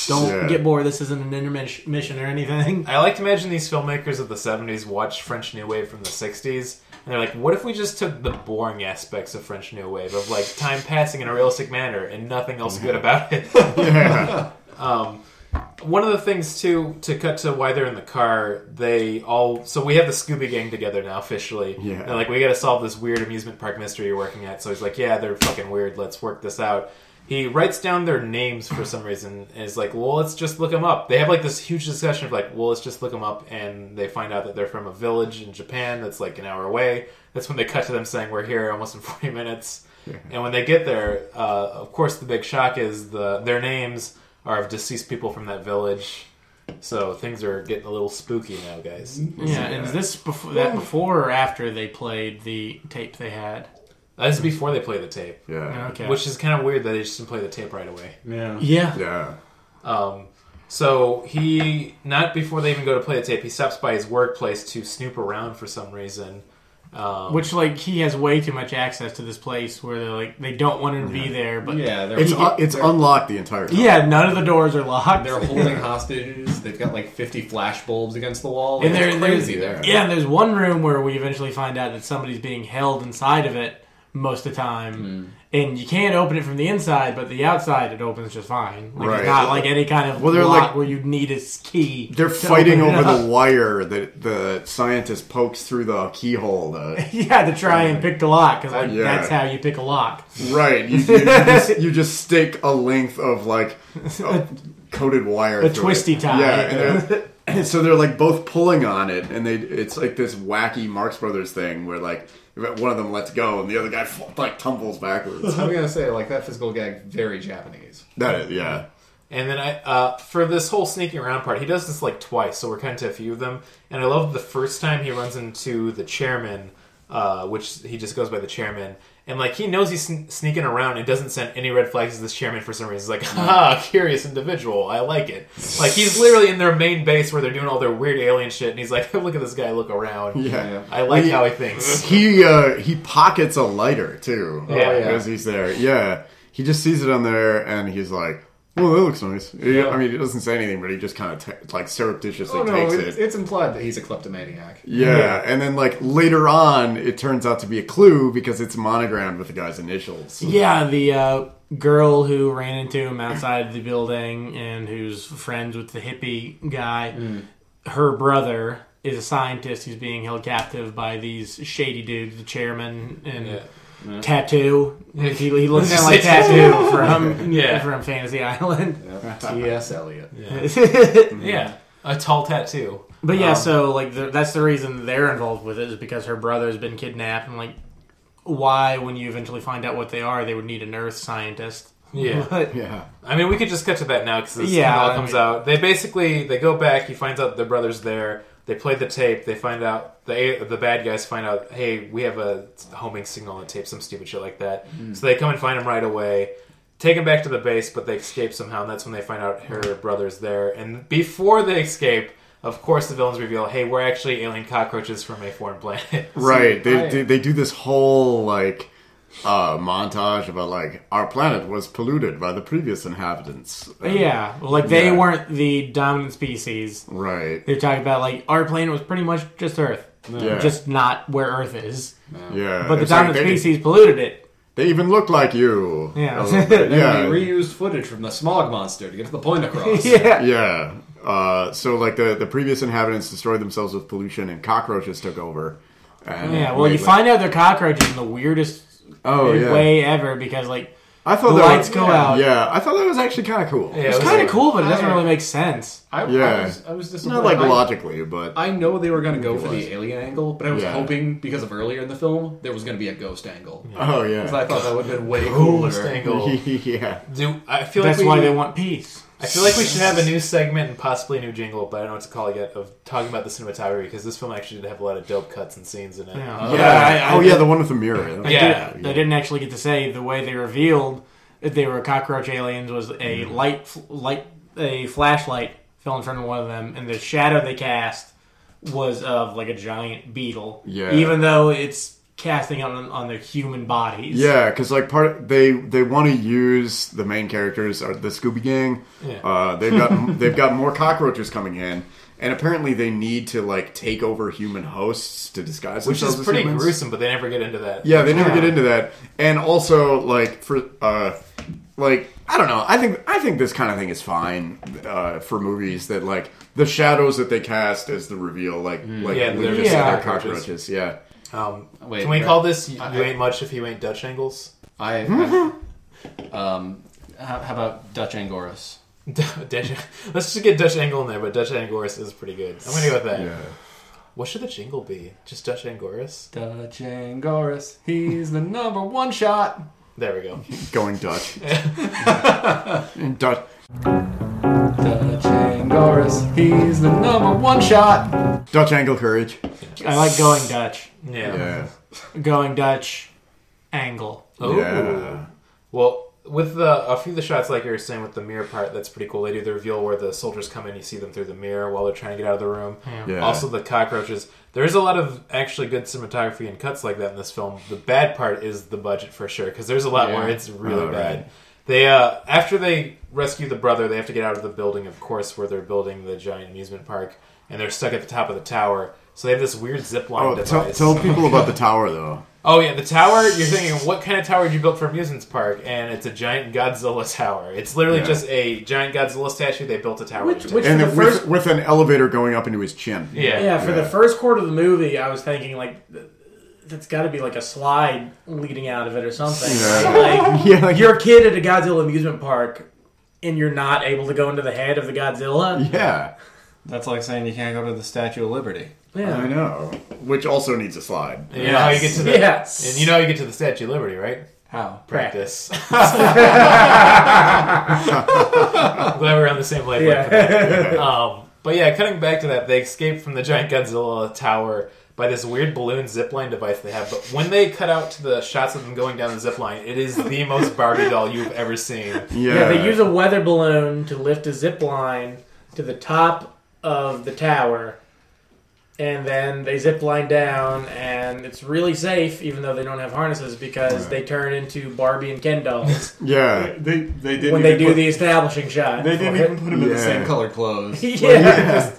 [SPEAKER 3] Don't
[SPEAKER 2] Yeah.
[SPEAKER 3] get bored. This isn't an intermission or anything.
[SPEAKER 4] I like to imagine these filmmakers of the 70s watched French New Wave from the 60s, and they're like, what if we just took the boring aspects of French New Wave, of like time passing in a realistic manner and nothing else
[SPEAKER 3] Mm-hmm.
[SPEAKER 4] good about it? um, one of the things, too, to cut to why they're in the car, they all. So we have the Scooby Gang together now, officially.
[SPEAKER 2] Yeah.
[SPEAKER 4] They're like, we gotta solve this weird amusement park mystery you're working at. So he's like, yeah, they're fucking weird. Let's work this out. He writes down their names for some reason and is like, well, let's just look them up. They have like this huge discussion of like, well, let's just look them up. And they find out that they're from a village in Japan that's like an hour away. That's when they cut to them saying, we're here almost in 40 minutes. And when they get there, uh, of course, the big shock is the their names are of deceased people from that village. So things are getting a little spooky now, guys.
[SPEAKER 3] Yeah, and is this before that before or after they played the tape they had?
[SPEAKER 4] That's before they play the tape,
[SPEAKER 2] Yeah.
[SPEAKER 3] Okay.
[SPEAKER 4] which is kind of weird that they just didn't play the tape right away.
[SPEAKER 5] Yeah.
[SPEAKER 3] yeah.
[SPEAKER 2] Yeah.
[SPEAKER 4] Um, so he, not before they even go to play the tape, he stops by his workplace to snoop around for some reason. Um,
[SPEAKER 3] Which like he has way too much access to this place where they're like they don't want him to be there, but
[SPEAKER 5] Yeah, they're,
[SPEAKER 2] It's un- it's unlocked the entire time.
[SPEAKER 3] yeah, none of the doors are locked.
[SPEAKER 5] they're holding hostages. They've got like 50 flash bulbs against the wall.
[SPEAKER 3] And
[SPEAKER 5] Like,
[SPEAKER 3] they're-
[SPEAKER 5] it's
[SPEAKER 3] they're-
[SPEAKER 5] crazy there.
[SPEAKER 3] Yeah, and there's one room where we eventually find out that somebody's being held inside of it most of the time,
[SPEAKER 2] Mm.
[SPEAKER 3] and you can't open it from the inside, but the outside it opens just fine. Like,
[SPEAKER 2] Right.
[SPEAKER 3] It's not like any kind of
[SPEAKER 2] Well, they're
[SPEAKER 3] lock
[SPEAKER 2] like-
[SPEAKER 3] where you need a key.
[SPEAKER 2] They're
[SPEAKER 3] to
[SPEAKER 2] fighting
[SPEAKER 3] open it
[SPEAKER 2] over
[SPEAKER 3] up.
[SPEAKER 2] the wire that the scientist pokes through the keyhole. To,
[SPEAKER 3] yeah to try and pick the lock because like
[SPEAKER 2] Yeah.
[SPEAKER 3] that's how you pick a lock.
[SPEAKER 2] right. You, you, just, you just stick a length of like a coated wire,
[SPEAKER 3] A
[SPEAKER 2] through
[SPEAKER 3] twisty
[SPEAKER 2] it.
[SPEAKER 3] tie.
[SPEAKER 2] Yeah. and they're- and so they're like both pulling on it, and they it's like this wacky Marx Brothers thing where like one of them lets go and the other guy like tumbles backwards.
[SPEAKER 5] I'm gonna say like that physical gag very Japanese.
[SPEAKER 2] that is, yeah.
[SPEAKER 4] And then I, uh, for this whole sneaking around part, he does this like twice, so we're kind to a few of them. And I love the first time he runs into the chairman, uh, which he just goes by the chairman. And like he knows he's sn- sneaking around and doesn't send any red flags to this chairman for some reason. He's like,
[SPEAKER 2] Mm-hmm.
[SPEAKER 4] ha, curious individual, I like it. Like he's literally in their main base where they're doing all their weird alien shit, and he's like, look at this guy, look around.
[SPEAKER 2] Yeah.
[SPEAKER 4] I like
[SPEAKER 2] Well,
[SPEAKER 4] how he thinks.
[SPEAKER 2] He uh, he pockets a lighter too.
[SPEAKER 4] Yeah. Oh, yeah.
[SPEAKER 2] as he's there. Yeah, he just sees it on there and he's like, "Well, that looks nice." Yeah. I mean, he doesn't say anything, but he just kind of t- like surreptitiously
[SPEAKER 5] Oh no,
[SPEAKER 2] takes
[SPEAKER 5] it's,
[SPEAKER 2] it.
[SPEAKER 5] it's implied that he's a kleptomaniac.
[SPEAKER 2] Yeah. and then like later on, it turns out to be a clue because it's monogrammed with the guy's initials.
[SPEAKER 3] Yeah, the uh, girl who ran into him outside the building and who's friends with the hippie guy,
[SPEAKER 4] Mm.
[SPEAKER 3] her brother is a scientist who's being held captive by these shady dudes, the chairman and Tattoo. He, he looks kinda like Tattoo from
[SPEAKER 4] Yeah.
[SPEAKER 3] from Fantasy Island.
[SPEAKER 5] T.S. Eliot.
[SPEAKER 4] yeah. Um, A tall tattoo.
[SPEAKER 3] But yeah, so like the, that's the reason they're involved with it is because her brother's been kidnapped and like why when you eventually find out what they are they would need an earth scientist.
[SPEAKER 4] Yeah.
[SPEAKER 3] But-
[SPEAKER 2] yeah.
[SPEAKER 4] I mean, we could just cut to that now because this
[SPEAKER 3] Yeah,
[SPEAKER 4] all
[SPEAKER 3] I
[SPEAKER 4] comes
[SPEAKER 3] mean-
[SPEAKER 4] out. They basically they go back. He finds out their brother's there. They play the tape. They find out the the bad guys find out. Hey, we have a homing signal on tape. Some stupid shit like that. So they come and find him right away. Take him back to the base, but they escape somehow. And that's when they find out her brother's there. And before they escape, of course, the villains reveal, "Hey, we're actually alien cockroaches from a foreign planet."
[SPEAKER 2] Right. They,
[SPEAKER 5] I-
[SPEAKER 2] they they do this whole like uh montage about like our planet was polluted by the previous inhabitants.
[SPEAKER 3] Yeah, like they
[SPEAKER 2] Yeah.
[SPEAKER 3] weren't the dominant species.
[SPEAKER 2] Right.
[SPEAKER 3] They're talking about like our planet was pretty much just Earth,
[SPEAKER 2] Yeah.
[SPEAKER 3] just not where Earth is.
[SPEAKER 2] yeah.
[SPEAKER 3] But the
[SPEAKER 2] It's like
[SPEAKER 3] dominant
[SPEAKER 2] they didn't-
[SPEAKER 3] species polluted it.
[SPEAKER 2] They even look like you. A
[SPEAKER 3] Yeah.
[SPEAKER 2] little bit.
[SPEAKER 5] Yeah.
[SPEAKER 2] yeah.
[SPEAKER 5] They reused footage from the smog monster to get the point across.
[SPEAKER 3] yeah,
[SPEAKER 2] yeah. Uh, so like the the previous inhabitants destroyed themselves with pollution, and cockroaches took over. And
[SPEAKER 3] yeah. Well, you
[SPEAKER 2] made, like-
[SPEAKER 3] find out they're cockroaches in the weirdest
[SPEAKER 2] oh yeah.
[SPEAKER 3] way ever because like
[SPEAKER 2] I thought
[SPEAKER 3] the
[SPEAKER 2] that
[SPEAKER 3] lights
[SPEAKER 2] was,
[SPEAKER 3] go out.
[SPEAKER 2] Yeah, I thought that was actually kind of cool.
[SPEAKER 4] Yeah, it
[SPEAKER 2] it's
[SPEAKER 4] was-
[SPEAKER 3] kind of cool, but it doesn't
[SPEAKER 5] I-
[SPEAKER 3] really make sense.
[SPEAKER 5] I, I
[SPEAKER 2] Yeah.
[SPEAKER 5] was, I was disappointed.
[SPEAKER 2] not like
[SPEAKER 5] I,
[SPEAKER 2] logically, but
[SPEAKER 5] I know they were gonna go for
[SPEAKER 2] was.
[SPEAKER 5] the alien angle, but I was
[SPEAKER 2] Yeah.
[SPEAKER 5] hoping because of earlier in the film there was gonna be a ghost angle.
[SPEAKER 2] oh
[SPEAKER 5] Because I
[SPEAKER 2] yeah,
[SPEAKER 5] thought that would have been way cooler.
[SPEAKER 4] Coolest angle.
[SPEAKER 2] yeah.
[SPEAKER 4] Do I feel
[SPEAKER 3] That's
[SPEAKER 4] like we
[SPEAKER 3] why
[SPEAKER 4] do-
[SPEAKER 3] they want peace.
[SPEAKER 4] I feel like we should have a new segment and possibly a new jingle, but I don't know what to call it yet, of talking about the cinematography because this film actually did have a lot of dope cuts and scenes in it.
[SPEAKER 3] Yeah.
[SPEAKER 4] Uh,
[SPEAKER 3] Yeah, I- I-
[SPEAKER 2] oh yeah, the one with the mirror.
[SPEAKER 3] I
[SPEAKER 4] Yeah.
[SPEAKER 3] did- I didn't actually get to say the way they revealed that they were cockroach aliens was a
[SPEAKER 2] Mm-hmm.
[SPEAKER 3] light, f- light, a flashlight fell in front of one of them, and the shadow they cast was of like a giant beetle.
[SPEAKER 2] Yeah.
[SPEAKER 3] Even though it's casting on on their human bodies.
[SPEAKER 2] Yeah, because like part they they want to use the main characters are the Scooby Gang.
[SPEAKER 4] Yeah.
[SPEAKER 2] Uh, they've got they've got more cockroaches coming in, and apparently they need to like take over human hosts to disguise
[SPEAKER 4] which is
[SPEAKER 2] themselves as
[SPEAKER 4] pretty
[SPEAKER 2] humans.
[SPEAKER 4] gruesome, but they never get into that.
[SPEAKER 2] Yeah, they never
[SPEAKER 3] Yeah.
[SPEAKER 2] get into that, and also like for uh, like I don't know. I think I think this kind of thing is fine uh, for movies that like the shadows that they cast as the reveal, like like
[SPEAKER 4] Yeah, they're
[SPEAKER 2] just-
[SPEAKER 3] Yeah.
[SPEAKER 2] they're cockroaches. Yeah.
[SPEAKER 4] Um,
[SPEAKER 5] Wait,
[SPEAKER 4] can we
[SPEAKER 5] yeah.
[SPEAKER 4] call this "You,
[SPEAKER 5] I- I-
[SPEAKER 4] You
[SPEAKER 7] Hmm.
[SPEAKER 4] Ain't Much If You Ain't Dutch Angles"?
[SPEAKER 5] I, I um, How, how about Dutch Angoras?
[SPEAKER 4] Dutch, let's just get Dutch Angle in there, but Dutch Angoras is pretty good. I'm gonna go with that.
[SPEAKER 2] Yeah.
[SPEAKER 4] What should the jingle be? Just Dutch Angoras?
[SPEAKER 5] Dutch Angoras, he's the number one shot.
[SPEAKER 4] There we go.
[SPEAKER 2] Going Dutch. In Dutch.
[SPEAKER 5] Dutch Angoras, he's the number one shot.
[SPEAKER 2] Dutch angle courage.
[SPEAKER 3] I like going Dutch.
[SPEAKER 4] Yeah.
[SPEAKER 2] Yeah.
[SPEAKER 3] Going Dutch angle.
[SPEAKER 4] Ooh.
[SPEAKER 2] Yeah.
[SPEAKER 4] Well, with the a few of the shots, like you were saying, with the mirror part, that's pretty cool. They do the reveal where the soldiers come in, you see them through the mirror while they're trying to get out of the room.
[SPEAKER 2] Yeah.
[SPEAKER 4] Also, the cockroaches. There is a lot of actually good cinematography and cuts like that in this film. The bad part is the budget for sure, because there's a lot
[SPEAKER 5] Yeah.
[SPEAKER 4] where it's really
[SPEAKER 2] Oh, right.
[SPEAKER 4] bad. They uh, after they rescue the brother, they have to get out of the building, of course, where they're building the giant amusement park, and they're stuck at the top of the tower. So they have this weird zip line
[SPEAKER 2] Oh,
[SPEAKER 4] device.
[SPEAKER 2] tell, tell people about the tower though.
[SPEAKER 4] Oh yeah, the tower. You're thinking, what kind of tower did you build for amusement park? And it's a giant Godzilla tower. It's literally
[SPEAKER 2] Yeah.
[SPEAKER 4] just a giant Godzilla statue. They built a tower.
[SPEAKER 3] Which,
[SPEAKER 4] to
[SPEAKER 3] which
[SPEAKER 2] And
[SPEAKER 3] for
[SPEAKER 2] then
[SPEAKER 3] the
[SPEAKER 2] with,
[SPEAKER 3] first
[SPEAKER 2] with an elevator going up into his chin.
[SPEAKER 4] yeah,
[SPEAKER 3] Yeah, for
[SPEAKER 2] Yeah.
[SPEAKER 3] the first quarter of the movie, I was thinking like, th- that's got to be like a slide leading out of it or something.
[SPEAKER 2] Yeah.
[SPEAKER 3] Like,
[SPEAKER 2] Yeah, like-
[SPEAKER 3] you're a kid at a Godzilla amusement park, and you're not able to go into the head of the Godzilla.
[SPEAKER 2] Yeah.
[SPEAKER 5] That's like saying you can't go to the Statue of Liberty.
[SPEAKER 2] I
[SPEAKER 3] Yeah,
[SPEAKER 2] know. Which also needs a slide.
[SPEAKER 4] And you know how you get to the
[SPEAKER 3] Yes.
[SPEAKER 4] and you know how you get to the Statue of Liberty, right?
[SPEAKER 5] How?
[SPEAKER 4] Practice. Glad we're on the same wavelength. for that.
[SPEAKER 3] yeah.
[SPEAKER 4] Um, but yeah, cutting back to that, they escape from the giant Godzilla tower by this weird balloon zipline device they have. But when they cut out to the shots of them going down the zipline, it is the most Barbie doll you've ever seen.
[SPEAKER 2] Yeah.
[SPEAKER 3] yeah. They use a weather balloon to lift a zip line to the top of the tower, and then they zip line down, and it's really safe, even though they don't have harnesses, because they turn into Barbie and Ken dolls
[SPEAKER 2] yeah.
[SPEAKER 7] They they didn't
[SPEAKER 3] when they
[SPEAKER 7] even
[SPEAKER 3] do
[SPEAKER 7] put,
[SPEAKER 3] the establishing shot.
[SPEAKER 7] They didn't even put him in
[SPEAKER 2] Yeah.
[SPEAKER 7] the same color.
[SPEAKER 5] clothes.
[SPEAKER 3] yeah.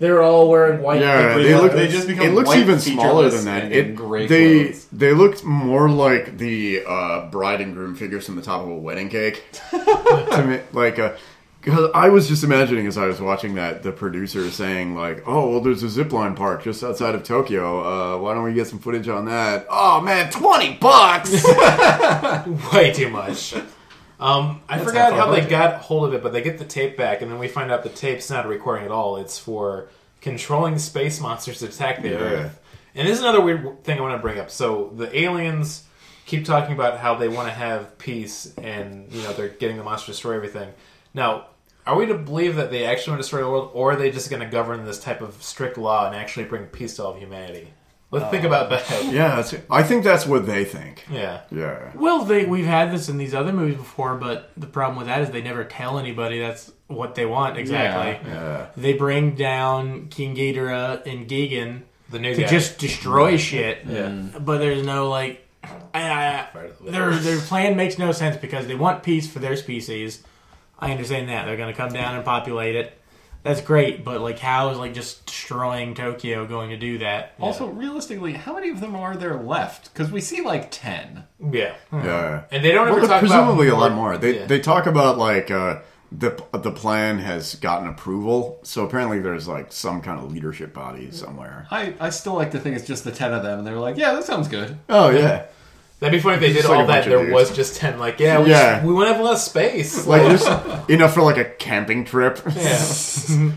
[SPEAKER 3] They're all wearing white.
[SPEAKER 2] Yeah,
[SPEAKER 7] They
[SPEAKER 2] they
[SPEAKER 7] look-
[SPEAKER 2] look.
[SPEAKER 7] they just become
[SPEAKER 2] It looks
[SPEAKER 7] white,
[SPEAKER 2] even smaller
[SPEAKER 5] featureless
[SPEAKER 2] than that.
[SPEAKER 5] and in
[SPEAKER 2] It,
[SPEAKER 5] gray
[SPEAKER 2] they
[SPEAKER 5] clothes.
[SPEAKER 2] they looked more like the uh, bride and groom figures from the top of a wedding cake. to me, like uh 'cause I was just imagining as I was watching that the producer saying like, "Oh, well, there's a zipline park just outside of Tokyo. Uh, why don't we get some footage on that?" Oh man, twenty bucks.
[SPEAKER 4] way too much. Um, I
[SPEAKER 5] half
[SPEAKER 4] forgot
[SPEAKER 5] our
[SPEAKER 4] how they
[SPEAKER 5] budget.
[SPEAKER 4] got hold of it, but they get the tape back, and then we find out the tape's not a recording at all. It's for controlling space monsters to attack the
[SPEAKER 2] Yeah.
[SPEAKER 4] Earth. And this is another weird w- thing I want to bring up. So the aliens keep talking about how they want to have peace, and you know they're getting the monsters to destroy everything. Now, are we to believe that they actually want to destroy the world, or are they just going to govern this type of strict law and actually bring peace to all of humanity? Let's
[SPEAKER 5] Uh.
[SPEAKER 4] think about that.
[SPEAKER 2] yeah, that's, I think that's what they think.
[SPEAKER 4] Yeah.
[SPEAKER 2] Yeah.
[SPEAKER 3] Well, they, we've had this in these other movies before, but the problem with that is they never tell anybody that's what they want exactly.
[SPEAKER 2] Yeah.
[SPEAKER 3] They bring down King Ghidorah and Gigan
[SPEAKER 4] The new
[SPEAKER 3] to
[SPEAKER 4] guy.
[SPEAKER 3] just destroy shit.
[SPEAKER 5] Mm.
[SPEAKER 3] But there's no like, I, I, their their plan makes no sense because they want peace for their species. I understand that they're going to come down and populate it. That's great, but like, how is like just destroying Tokyo going to do that?
[SPEAKER 5] Also, realistically, how many of them are there left? Because we see like ten.
[SPEAKER 4] yeah. Hmm.
[SPEAKER 2] Yeah.
[SPEAKER 4] And they don't ever
[SPEAKER 2] Well,
[SPEAKER 4] talk
[SPEAKER 2] presumably
[SPEAKER 4] about
[SPEAKER 2] a lot more. They
[SPEAKER 4] Yeah.
[SPEAKER 2] they talk about like uh, the the plan has gotten approval, so apparently there's like some kind of leadership body somewhere.
[SPEAKER 5] I, I still like to think it's just the ten of them. And they're like, yeah, that sounds good.
[SPEAKER 2] Oh yeah,
[SPEAKER 4] That'd be funny if they did
[SPEAKER 2] Just like
[SPEAKER 4] all
[SPEAKER 2] a
[SPEAKER 4] that.
[SPEAKER 2] bunch of
[SPEAKER 4] There
[SPEAKER 2] dudes.
[SPEAKER 4] was just ten. Like, yeah, we,
[SPEAKER 2] Yeah.
[SPEAKER 4] Just, we want to have less space.
[SPEAKER 2] like there's enough for like a camping trip.
[SPEAKER 4] yeah,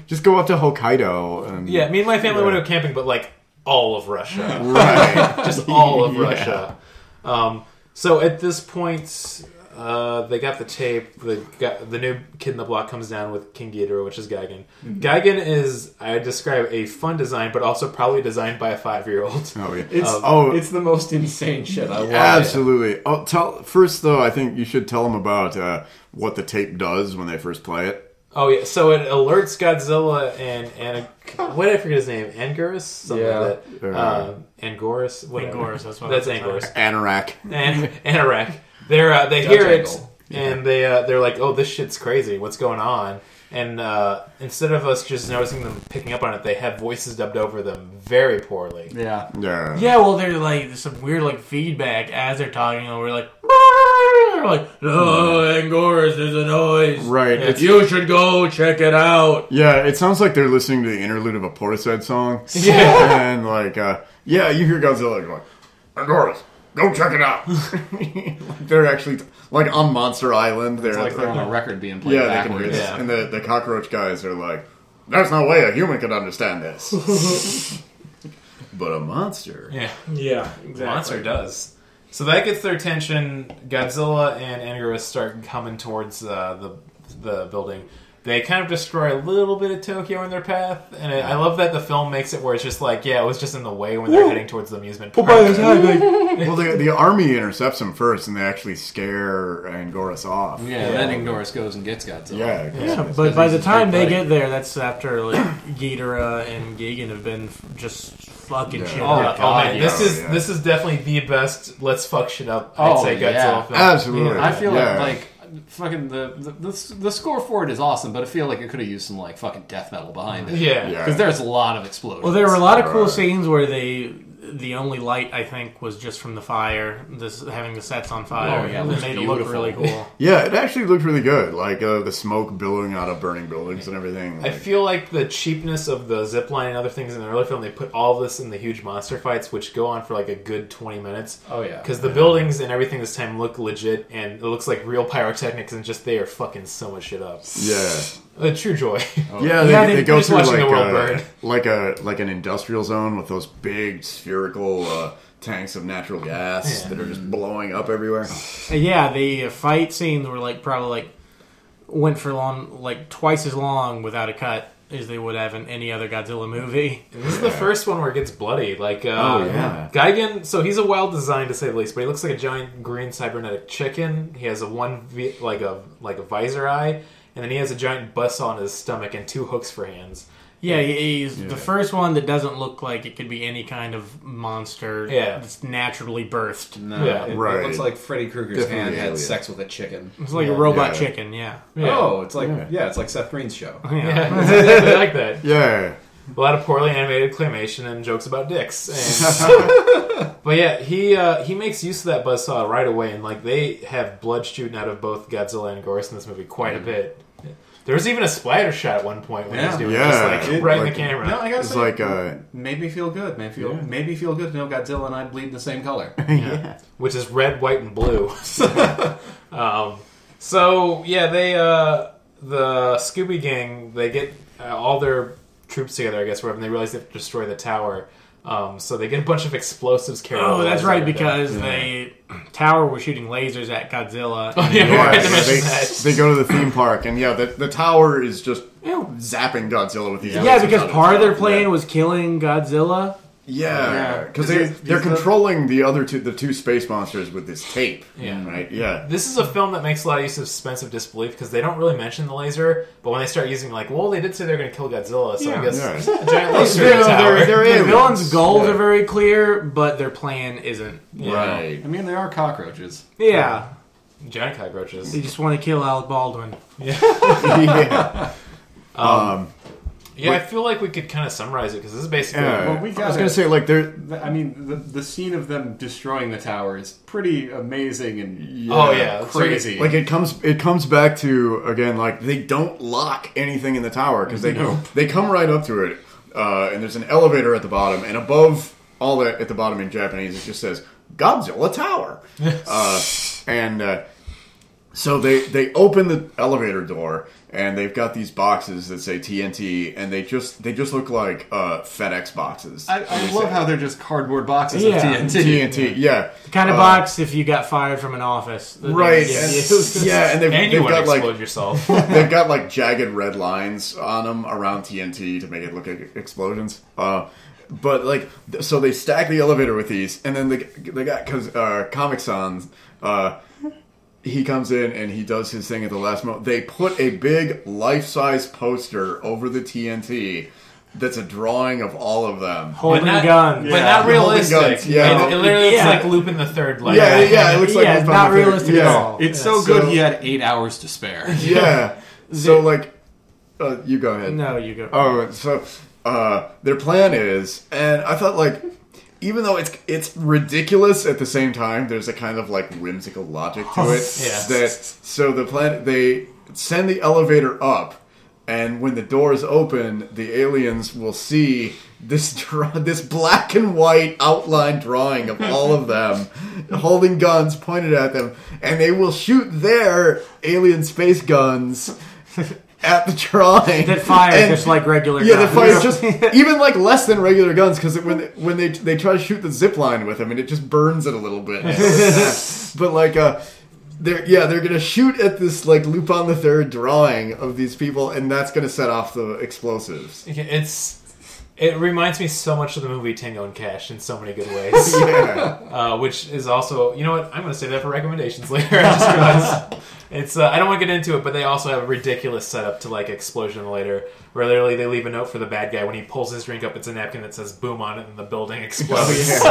[SPEAKER 2] Just go up to Hokkaido. And,
[SPEAKER 4] yeah. Me and my family went to camping, but like all of Russia,
[SPEAKER 2] Right.
[SPEAKER 4] just all of
[SPEAKER 2] Yeah.
[SPEAKER 4] Russia. Um, so at this point, uh, they got the tape. The guy, the new kid in the block comes down with King Ghidorah, which is Gigan.
[SPEAKER 2] Mm-hmm.
[SPEAKER 4] Gigan is I would describe a fun design, but also probably designed by a five year old.
[SPEAKER 2] Oh yeah.
[SPEAKER 7] It's
[SPEAKER 5] Um,
[SPEAKER 2] Oh.
[SPEAKER 7] it's the most insane shit. I love it.
[SPEAKER 2] Absolutely. Oh, tell first though. I think you should tell them about uh, what the tape does when they first play it.
[SPEAKER 4] Oh yeah, so it alerts Godzilla and and what did I forget his name, Angoras, something like that.
[SPEAKER 2] Yeah.
[SPEAKER 4] Uh, Angoras, whatever.
[SPEAKER 3] Angoras, that's what I
[SPEAKER 4] That's
[SPEAKER 3] was gonna
[SPEAKER 4] Angoras.
[SPEAKER 2] Anorak.
[SPEAKER 4] And Anorak, they're uh, they hear it
[SPEAKER 5] angle.
[SPEAKER 4] and they uh, they're like, oh, this shit's crazy. What's going on? And uh, instead of us just noticing them picking up on it, they have voices dubbed over them very poorly.
[SPEAKER 5] Yeah.
[SPEAKER 2] Yeah.
[SPEAKER 3] Yeah, well, they're like there's some weird like feedback as they're talking, and we're like, "Brrr," like, no, Angoras, there's a noise.
[SPEAKER 2] Right. It's-
[SPEAKER 3] You should go check it out.
[SPEAKER 2] Yeah, it sounds like they're listening to the interlude of a Portishead song.
[SPEAKER 4] Yeah.
[SPEAKER 2] and like, uh, yeah, you hear Godzilla going, Angoras, Go check it out. they're actually like on Monster Island. They're,
[SPEAKER 5] Like they're on a record being played
[SPEAKER 2] yeah, they can
[SPEAKER 5] backwards.
[SPEAKER 2] read it.
[SPEAKER 4] Yeah.
[SPEAKER 2] And the, the cockroach guys are like, there's no way a human could understand this. but a monster.
[SPEAKER 4] Yeah.
[SPEAKER 3] Yeah, exactly.
[SPEAKER 4] Monster does. So that gets their attention. Godzilla and Anguirus start coming towards uh, the the building. They kind of destroy a little bit of Tokyo in their path, and I I love that the film makes it where it's just like, yeah, it was just in the way when they're heading towards the amusement park.
[SPEAKER 2] well, the, the army intercepts them first, and they actually scare Angoras off.
[SPEAKER 5] Yeah, then Ingdoris goes and gets Godzilla.
[SPEAKER 2] Yeah, 'cause
[SPEAKER 3] Yeah, but by the time they
[SPEAKER 5] big
[SPEAKER 3] get there, that's after like Ghidorah and Gigan have been f- just fucking shit
[SPEAKER 4] Oh,
[SPEAKER 3] up.
[SPEAKER 4] oh, man,
[SPEAKER 5] God,
[SPEAKER 4] this
[SPEAKER 2] yeah.
[SPEAKER 4] is this is definitely the best. Let's fuck shit up. I'd
[SPEAKER 5] Oh,
[SPEAKER 4] say Godzilla
[SPEAKER 5] yeah.
[SPEAKER 4] film.
[SPEAKER 2] Absolutely.
[SPEAKER 5] I feel
[SPEAKER 2] Yeah.
[SPEAKER 5] like like fucking the, the the the score for it is awesome, but I feel like it could have used some like fucking death metal behind it.
[SPEAKER 4] Yeah.
[SPEAKER 2] Yeah.
[SPEAKER 5] because there's a lot of explosions.
[SPEAKER 3] Well, there were a lot of cool
[SPEAKER 2] Right.
[SPEAKER 3] scenes where they the only light I think was just from the fire, this having the sets on fire.
[SPEAKER 5] Oh, yeah, it
[SPEAKER 3] and
[SPEAKER 5] looks
[SPEAKER 3] it made it look
[SPEAKER 5] beautiful.
[SPEAKER 3] really cool.
[SPEAKER 2] Yeah, it actually looked really good. Like uh, the smoke billowing out of burning buildings and everything.
[SPEAKER 4] I
[SPEAKER 2] Like,
[SPEAKER 4] feel like the cheapness of the zip line and other things in the early film, they put all this in the huge monster fights, which go on for like a good 20 minutes.
[SPEAKER 5] Oh, yeah.
[SPEAKER 4] Because the buildings and everything this time look legit, and it looks like real pyrotechnics, and just they are fucking so much shit up.
[SPEAKER 2] yeah, Oh,
[SPEAKER 4] A true joy.
[SPEAKER 2] yeah. They,
[SPEAKER 3] Yeah,
[SPEAKER 2] they
[SPEAKER 3] they-
[SPEAKER 2] go
[SPEAKER 4] just
[SPEAKER 2] through
[SPEAKER 4] watching
[SPEAKER 2] like
[SPEAKER 4] the world
[SPEAKER 2] a,
[SPEAKER 4] burn.
[SPEAKER 2] like a like an industrial zone with those big spherical uh, tanks of natural gas that are just blowing up everywhere.
[SPEAKER 3] And yeah, the fight scenes were like probably like went for long like twice as long without a cut as they would have in any other Godzilla movie.
[SPEAKER 4] And this is the first one where it gets bloody. Like, uh,
[SPEAKER 2] Oh, yeah.
[SPEAKER 4] Gigan, so he's a wild design to say the least, but he looks like a giant green cybernetic chicken. He has a one, vi- like a like a visor eye, and then he has a giant bus on his stomach and two hooks for hands.
[SPEAKER 3] Yeah, he- he's the first one that doesn't look like it could be any kind of monster
[SPEAKER 4] Yeah.
[SPEAKER 3] that's naturally birthed.
[SPEAKER 2] Oh.
[SPEAKER 7] No,
[SPEAKER 4] Yeah,
[SPEAKER 7] it,
[SPEAKER 2] right.
[SPEAKER 7] it looks like Freddy Krueger's
[SPEAKER 2] Definitely
[SPEAKER 7] hand had
[SPEAKER 2] alien.
[SPEAKER 7] sex with a chicken.
[SPEAKER 3] It's like a robot
[SPEAKER 2] Yeah.
[SPEAKER 3] chicken, yeah.
[SPEAKER 4] Yeah.
[SPEAKER 7] Oh, it's like yeah. it's like Seth Green's show.
[SPEAKER 3] Yeah.
[SPEAKER 4] Yeah, it's exactly like that.
[SPEAKER 2] Yeah,
[SPEAKER 4] A lot of poorly animated claymation and jokes about dicks. and- but yeah, he uh, he makes use of that buzzsaw right away, and like they have blood shooting out of both Godzilla and Gorus in this movie quite a bit. There was even a splatter shot at one point when he was doing it,
[SPEAKER 2] Yeah.
[SPEAKER 4] just like
[SPEAKER 2] It-
[SPEAKER 4] right in
[SPEAKER 2] like-
[SPEAKER 4] the camera.
[SPEAKER 7] No, I gotta
[SPEAKER 2] it's
[SPEAKER 7] say,
[SPEAKER 2] like uh,
[SPEAKER 7] made me feel good. Made me feel, made me feel good to know Godzilla and I bleed the same color.
[SPEAKER 4] which is red, white, and blue. um, so yeah, they uh, the Scooby Gang they get uh, all their troops together, I guess, wherever and they realize they have to destroy the tower. Um, so they get a bunch of explosives carried.
[SPEAKER 3] Oh, that's right,
[SPEAKER 4] over there.
[SPEAKER 3] because the Tower was shooting lasers at Godzilla.
[SPEAKER 4] yeah, we
[SPEAKER 2] yeah,
[SPEAKER 4] forgot to mention
[SPEAKER 2] they,
[SPEAKER 4] that.
[SPEAKER 2] they go to the theme park and yeah, the, the tower is just zapping Godzilla with these.
[SPEAKER 3] Yeah,
[SPEAKER 2] lasers out
[SPEAKER 3] because
[SPEAKER 2] of
[SPEAKER 3] part of their
[SPEAKER 2] its mouth.
[SPEAKER 3] plan was killing Godzilla.
[SPEAKER 2] Yeah,
[SPEAKER 7] Yeah.
[SPEAKER 2] because
[SPEAKER 7] Is
[SPEAKER 2] they
[SPEAKER 7] it-
[SPEAKER 2] they're
[SPEAKER 7] is the-
[SPEAKER 2] controlling the other two the two space monsters with this tape.
[SPEAKER 4] Yeah.
[SPEAKER 2] right. Yeah,
[SPEAKER 4] This is a film that makes a lot of use of suspensive disbelief because they don't really mention the laser, but when they start using, like, well, they did say they're going to kill Godzilla, so I guess
[SPEAKER 2] yeah.
[SPEAKER 4] a giant laser in the tower.
[SPEAKER 2] they're, they're
[SPEAKER 3] The
[SPEAKER 2] aliens.
[SPEAKER 3] villain's goals
[SPEAKER 2] Yeah.
[SPEAKER 3] are very clear, but their plan isn't.
[SPEAKER 2] Right.
[SPEAKER 5] I mean, there are cockroaches.
[SPEAKER 3] Yeah,
[SPEAKER 4] giant cockroaches.
[SPEAKER 3] they just want to kill Alec Baldwin.
[SPEAKER 2] yeah.
[SPEAKER 4] Yeah, I feel like we could kind of summarize it because this is basically
[SPEAKER 2] Yeah.
[SPEAKER 7] we
[SPEAKER 2] I was
[SPEAKER 7] gotta-
[SPEAKER 2] gonna say like they're
[SPEAKER 7] I mean, the, the scene of them destroying the tower is pretty amazing and
[SPEAKER 4] Oh, yeah.
[SPEAKER 7] crazy.
[SPEAKER 2] like it comes it comes back to again like they don't lock anything in the tower because they they come right up to it uh, and there's an elevator at the bottom and above all that at the bottom in Japanese it just says Godzilla Tower uh, and uh, so they they open the elevator door and they've got these boxes that say TNT and they just they just look like uh, FedEx boxes
[SPEAKER 5] I, I love how they're just cardboard boxes
[SPEAKER 3] Yeah.
[SPEAKER 5] of TNT.
[SPEAKER 2] TNT yeah
[SPEAKER 3] The kind of box if you got fired from an office.
[SPEAKER 2] Uh, right
[SPEAKER 3] Yeah.
[SPEAKER 2] and, yeah and they've,
[SPEAKER 4] And you
[SPEAKER 2] they've
[SPEAKER 4] want to
[SPEAKER 2] got like
[SPEAKER 4] explode yourself.
[SPEAKER 2] They've got like jagged red lines on them around TNT to make it look like explosions. Uh, but like, th- so they stack the elevator with these, and then they they got because uh, Comic Sans. Uh, he comes in and he does his thing at the last moment. They put a big life size poster over the TNT that's a drawing of all of them.
[SPEAKER 3] Holding
[SPEAKER 4] But not-
[SPEAKER 3] guns.
[SPEAKER 4] But not
[SPEAKER 2] Holding
[SPEAKER 4] realistic.
[SPEAKER 2] guns, yeah.
[SPEAKER 4] It, it literally looks
[SPEAKER 3] Yeah.
[SPEAKER 4] like Lupin the Third. Like,
[SPEAKER 2] yeah, yeah, it looks like
[SPEAKER 3] Yeah,
[SPEAKER 2] it's
[SPEAKER 3] it's
[SPEAKER 2] on
[SPEAKER 3] not
[SPEAKER 2] the third-
[SPEAKER 3] realistic at
[SPEAKER 2] yeah.
[SPEAKER 3] all.
[SPEAKER 5] It's so
[SPEAKER 2] So-
[SPEAKER 5] good he had eight hours to spare.
[SPEAKER 2] Yeah. so like, uh, you go ahead.
[SPEAKER 3] No, you go.
[SPEAKER 2] Oh, so uh, their plan is, and I thought like, even though it's it's ridiculous at the same time, there's a kind of like whimsical logic to it.
[SPEAKER 4] Yeah.
[SPEAKER 2] That so the plan they send the elevator up. And when the doors open, the aliens will see this draw, this black and white outline drawing of all of them holding guns pointed at them, and they will shoot their alien space guns at the drawing
[SPEAKER 3] That fire
[SPEAKER 2] And-
[SPEAKER 3] just like regular.
[SPEAKER 2] yeah, the
[SPEAKER 3] guns.
[SPEAKER 2] fire is just even like less than regular guns because when they, when they they try to shoot the zip line with them and it just burns it a little bit. but like uh, they're yeah they're gonna shoot at this like Lupin the Third drawing of these people and that's gonna set off the explosives.
[SPEAKER 4] It's it reminds me so much of the movie Tango and Cash in so many good ways,
[SPEAKER 2] Yeah,
[SPEAKER 4] uh, which is also you know what I'm going to say that for recommendations later. I just realized. It's uh, I don't want to get into it, but they also have a ridiculous setup to like explosion later, where literally they leave a note for the bad guy when he pulls his drink up. It's a napkin that says "boom" on it, and the building explodes. It's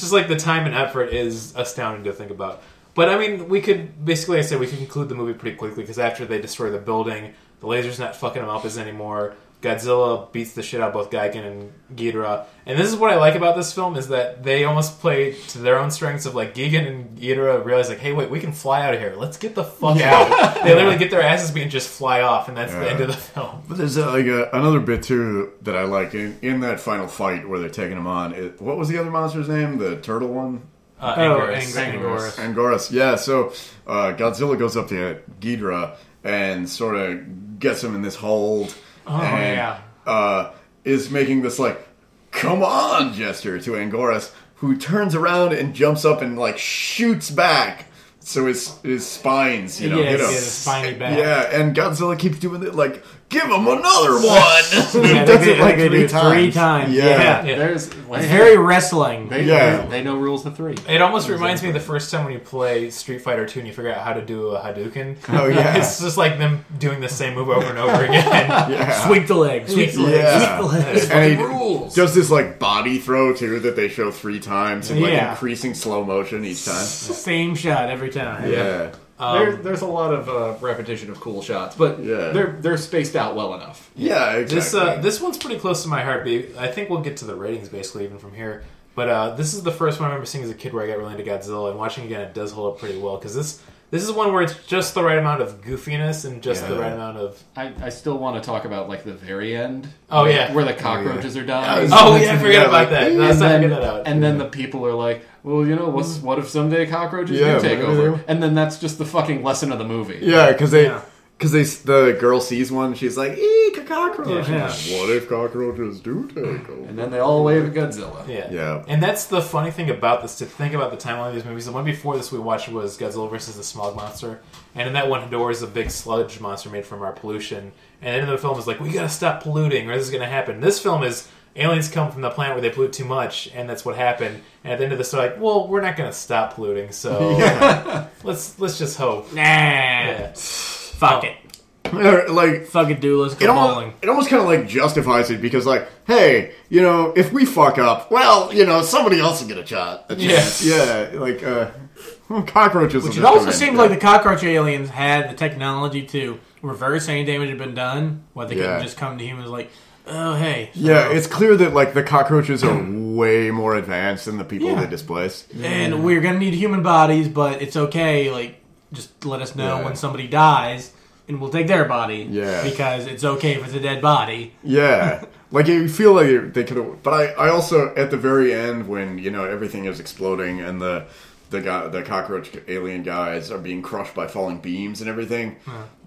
[SPEAKER 4] just like the time and effort is astounding to think about. But I mean, we could basically, I say we could conclude the movie pretty quickly because after they destroy the building, the laser's not fucking them up as anymore. Godzilla beats the shit out of both Geigen and Ghidorah. And this is what I like about this film is that they almost play to their own strengths of like Gigan and Ghidorah realize like, hey, wait, we can fly out of here. Let's get the fuck out. They literally get their asses beat and just fly off, and that's the end of the film.
[SPEAKER 2] but there's uh, like uh, another bit too that I like in, in that final fight where they're taking him on. It, what was the other monster's name? The turtle one.
[SPEAKER 4] Uh,
[SPEAKER 3] Oh,
[SPEAKER 4] Angoras.
[SPEAKER 3] Angoras.
[SPEAKER 4] Angoras.
[SPEAKER 2] Angoras, yeah. So uh, Godzilla goes up to Ghidra and sort of gets him in this hold. Oh and,
[SPEAKER 4] yeah.
[SPEAKER 2] Uh, is making this like, "Come on!" gesture to Angoras, who turns around and jumps up and like shoots back. So his his spines, you know,
[SPEAKER 3] yeah,
[SPEAKER 2] hit
[SPEAKER 3] yeah,
[SPEAKER 2] him.
[SPEAKER 3] the spiny back.
[SPEAKER 2] Yeah, and Godzilla keeps doing it like, "Give him another one."
[SPEAKER 3] Yeah, they
[SPEAKER 2] Does
[SPEAKER 3] do-
[SPEAKER 2] it like
[SPEAKER 3] they do
[SPEAKER 2] three
[SPEAKER 3] it
[SPEAKER 2] times.
[SPEAKER 3] three times.
[SPEAKER 2] Yeah.
[SPEAKER 3] Yeah.
[SPEAKER 4] Yeah.
[SPEAKER 5] There's
[SPEAKER 3] It's very wrestling.
[SPEAKER 5] They,
[SPEAKER 2] Yeah.
[SPEAKER 5] they know rules of three.
[SPEAKER 4] It almost reminds me of the first time when you play Street Fighter 2 and you figure out how to do a Hadouken.
[SPEAKER 2] Oh, yeah.
[SPEAKER 4] it's just like them doing the same move over and over again.
[SPEAKER 2] Yeah.
[SPEAKER 3] Sweep the leg. Sweep the leg.
[SPEAKER 2] Yeah.
[SPEAKER 3] Sweep the leg.
[SPEAKER 2] and he
[SPEAKER 5] rules.
[SPEAKER 2] does this like body throw too that they show three times in like
[SPEAKER 3] Yeah.
[SPEAKER 2] increasing slow motion each time.
[SPEAKER 3] Same shot every time.
[SPEAKER 2] Yeah,
[SPEAKER 5] Um,
[SPEAKER 7] there, there's a lot of uh, repetition of cool shots, but
[SPEAKER 2] Yeah.
[SPEAKER 7] they're they're spaced out well enough.
[SPEAKER 2] yeah, exactly.
[SPEAKER 4] This uh, this one's pretty close to my heartbeat. I think we'll get to the ratings basically even from here. But uh, this is the first one I remember seeing as a kid where I got really into Godzilla and watching again it does hold up pretty well because this this is one where it's just the right amount of goofiness and just the
[SPEAKER 2] Yeah.
[SPEAKER 4] right amount of
[SPEAKER 5] I, I still want to talk about like the very end.
[SPEAKER 4] Oh,
[SPEAKER 5] where-
[SPEAKER 4] yeah.
[SPEAKER 5] where the cockroaches are dying.
[SPEAKER 2] Yeah,
[SPEAKER 4] oh yeah I forgot about that.
[SPEAKER 5] and,
[SPEAKER 4] No, let's not
[SPEAKER 5] then,
[SPEAKER 4] forget that out.
[SPEAKER 5] and then the people are like, well, you know, what's, what if someday cockroaches
[SPEAKER 2] Yeah,
[SPEAKER 5] do take
[SPEAKER 2] whatever
[SPEAKER 5] over?
[SPEAKER 2] they do.
[SPEAKER 5] And then that's just the fucking lesson of the movie.
[SPEAKER 2] yeah, because they.
[SPEAKER 3] Yeah.
[SPEAKER 2] Because they, the girl sees one, she's like, "Eek, a cockroach!"
[SPEAKER 3] Yeah.
[SPEAKER 2] What if cockroaches do take over?
[SPEAKER 5] And then they all wave at Godzilla.
[SPEAKER 4] Yeah.
[SPEAKER 2] Yeah.
[SPEAKER 4] And that's the funny thing about this to think about the timeline of these movies. The one before this we watched was Godzilla versus the Smog Monster. And in that one, Ghidorah is a big sludge monster made from our pollution. And then the film is like, we gotta stop polluting or this is gonna happen. This film is aliens come from the planet where they pollute too much and that's what happened. And at the end of this, they're like, well, we're not gonna stop polluting, so let's let's just hope.
[SPEAKER 3] Nah.
[SPEAKER 4] Yeah.
[SPEAKER 3] Fuck it.
[SPEAKER 2] like
[SPEAKER 3] Fuck it, dude. Let's
[SPEAKER 2] it
[SPEAKER 3] go
[SPEAKER 2] almost,
[SPEAKER 3] bowling.
[SPEAKER 2] it almost kind of like justifies it because, like, hey, you know, if we fuck up, well, you know, somebody else will get a shot. A chance. Yeah, like uh, cockroaches.
[SPEAKER 3] Which it also seems like the cockroach aliens had the technology to reverse any damage that had been done. Why they
[SPEAKER 2] Yeah.
[SPEAKER 3] couldn't just come to humans like, oh hey,
[SPEAKER 2] Yeah, it's clear that like the cockroaches are way more advanced than the people
[SPEAKER 3] Yeah.
[SPEAKER 2] they displace.
[SPEAKER 3] and we're gonna need human bodies, but it's okay. Like, just let us know
[SPEAKER 2] Yeah.
[SPEAKER 3] when somebody dies, and we'll take their body.
[SPEAKER 2] Yeah.
[SPEAKER 3] because it's okay if it's a dead body.
[SPEAKER 2] Yeah. Like you feel like you- they could have, but I, I also at the very end when you know everything is exploding and the the guy the cockroach alien guys are being crushed by falling beams and everything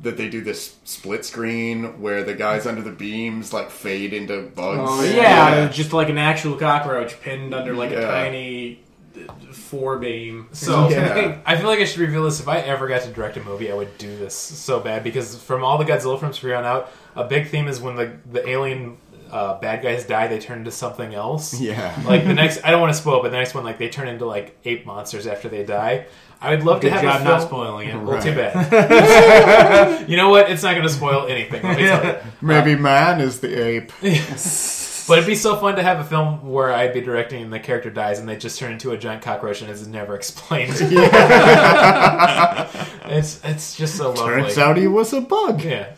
[SPEAKER 2] that they do this split screen where the guys under the beams like fade into bugs.
[SPEAKER 7] Oh,
[SPEAKER 3] Yeah,
[SPEAKER 2] yeah.
[SPEAKER 3] just like an actual cockroach pinned under like a
[SPEAKER 2] Yeah.
[SPEAKER 3] tiny uh, four beam.
[SPEAKER 4] So
[SPEAKER 2] Yeah.
[SPEAKER 4] I feel like I should reveal this. If I ever got to direct a movie, I would do this so bad because from all the Godzilla films from here on out, a big theme is when the the alien uh, bad guys die, they turn into something else.
[SPEAKER 2] Yeah.
[SPEAKER 4] Like the next, I don't want to spoil, but the next one, like they turn into like ape monsters after they die. I would love
[SPEAKER 3] Good
[SPEAKER 4] to have
[SPEAKER 3] job
[SPEAKER 4] a
[SPEAKER 3] not
[SPEAKER 4] film-
[SPEAKER 3] spoiling it.
[SPEAKER 4] Well, too bad. you know what? It's not going to spoil anything. Let me tell you.
[SPEAKER 2] Maybe man is the ape.
[SPEAKER 4] But it'd be so fun to have a film where I'd be directing and the character dies and they just turn into a giant cockroach and it's never explained. it's it's just so lovely.
[SPEAKER 2] Turns out he was a bug.
[SPEAKER 4] Yeah.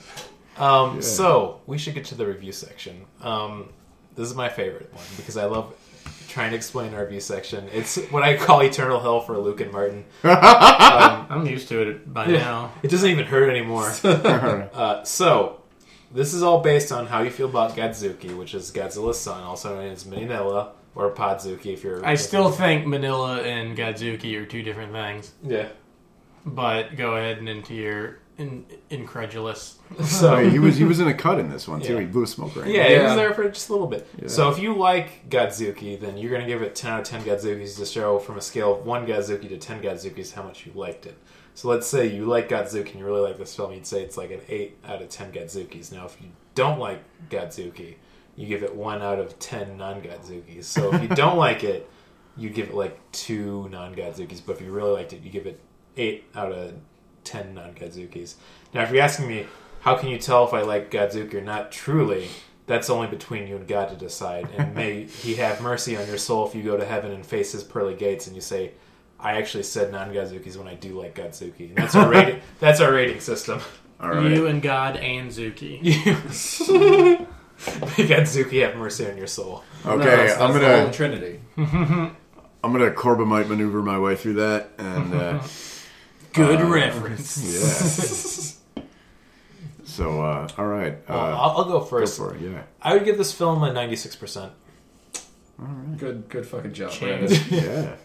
[SPEAKER 4] Um, So we should get to the review section. Um, this is my favorite one because I love trying to explain RV section. It's what I call eternal hell for Luke and Martin.
[SPEAKER 3] Mm-hmm. I'm used to it by now.
[SPEAKER 4] It doesn't even hurt anymore. uh, so, this is all based on how you feel about Godzuki, which is Godzilla's son, also known as Minella or Podzuki if you're.
[SPEAKER 3] I still think Manila and Godzuki are two different things,
[SPEAKER 4] Yeah.
[SPEAKER 3] but go ahead and into your in, incredulous. Oh,
[SPEAKER 4] So,
[SPEAKER 2] Hey, he was he was in a cut in this one too.
[SPEAKER 4] Yeah.
[SPEAKER 2] He blew a smoke ring.
[SPEAKER 4] Yeah, it was
[SPEAKER 7] Yeah.
[SPEAKER 4] there for just a little bit. So if you like Godzuki, then you're going to give it 10 out of 10 Godzukis to show from a scale of 1 Godzuki to 10 Godzukis how much you liked it. So let's say you like Godzuki and you really like this film, you'd say it's like an 8 out of 10 Godzukis. Now, if you don't like Godzuki, you give it 1 out of 10 non Godzukis. So if you don't like it, you give it like 2 non Godzukis. But if you really liked it, you give it 8 out of 10 non Godzukis. Now, if you're asking me, how can you tell if I like Godzuki or not truly? That's only between you and God to decide. And may He have mercy on your soul if you go to heaven and face His pearly gates and you say, I actually said non Godzukis when I do like Godzuki. And that's our rating, that's our rating system.
[SPEAKER 2] All right.
[SPEAKER 3] You and God and Zuki.
[SPEAKER 4] May Godzuki have mercy on your soul.
[SPEAKER 2] okay,
[SPEAKER 5] that's,
[SPEAKER 2] I'm
[SPEAKER 5] that's the
[SPEAKER 2] gonna
[SPEAKER 5] Holy Trinity.
[SPEAKER 2] I'm gonna Corbomite maneuver my way through that, and uh,
[SPEAKER 4] Uh,
[SPEAKER 3] Good reference.
[SPEAKER 2] yeah. so uh, all right, uh,
[SPEAKER 4] Well, I'll, I'll go
[SPEAKER 2] go
[SPEAKER 4] first.
[SPEAKER 2] for it. Yeah,
[SPEAKER 4] I would give this film a 96%.
[SPEAKER 7] Good, good fucking job.
[SPEAKER 3] Chance.
[SPEAKER 7] Brandon.
[SPEAKER 2] yeah.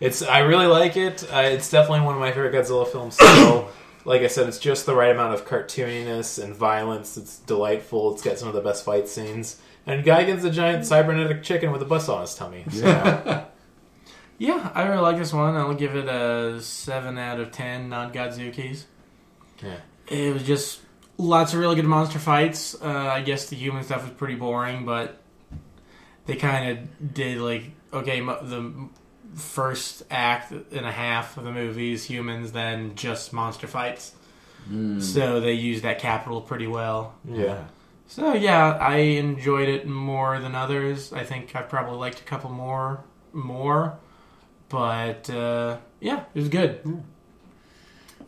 [SPEAKER 4] It's I really like it. Uh, it's definitely one of my favorite Godzilla films. So, like I said, it's just the right amount of cartooniness and violence. It's delightful. It's got some of the best fight scenes. And Geigen's a giant cybernetic chicken with a bus on his tummy. So,
[SPEAKER 3] Yeah, I really like this one. I'll give it a 7 out of 10 non Godzukis.
[SPEAKER 4] Yeah.
[SPEAKER 3] It was just lots of really good monster fights. Uh, I guess the human stuff was pretty boring, but they kind of did, like, okay, mo- the m- first act and a half of the movie is humans, then just monster fights. So they used that capital pretty well.
[SPEAKER 4] yeah.
[SPEAKER 3] So yeah, I enjoyed it more than others. I think I probably liked a couple more, more, but uh, yeah, it was good.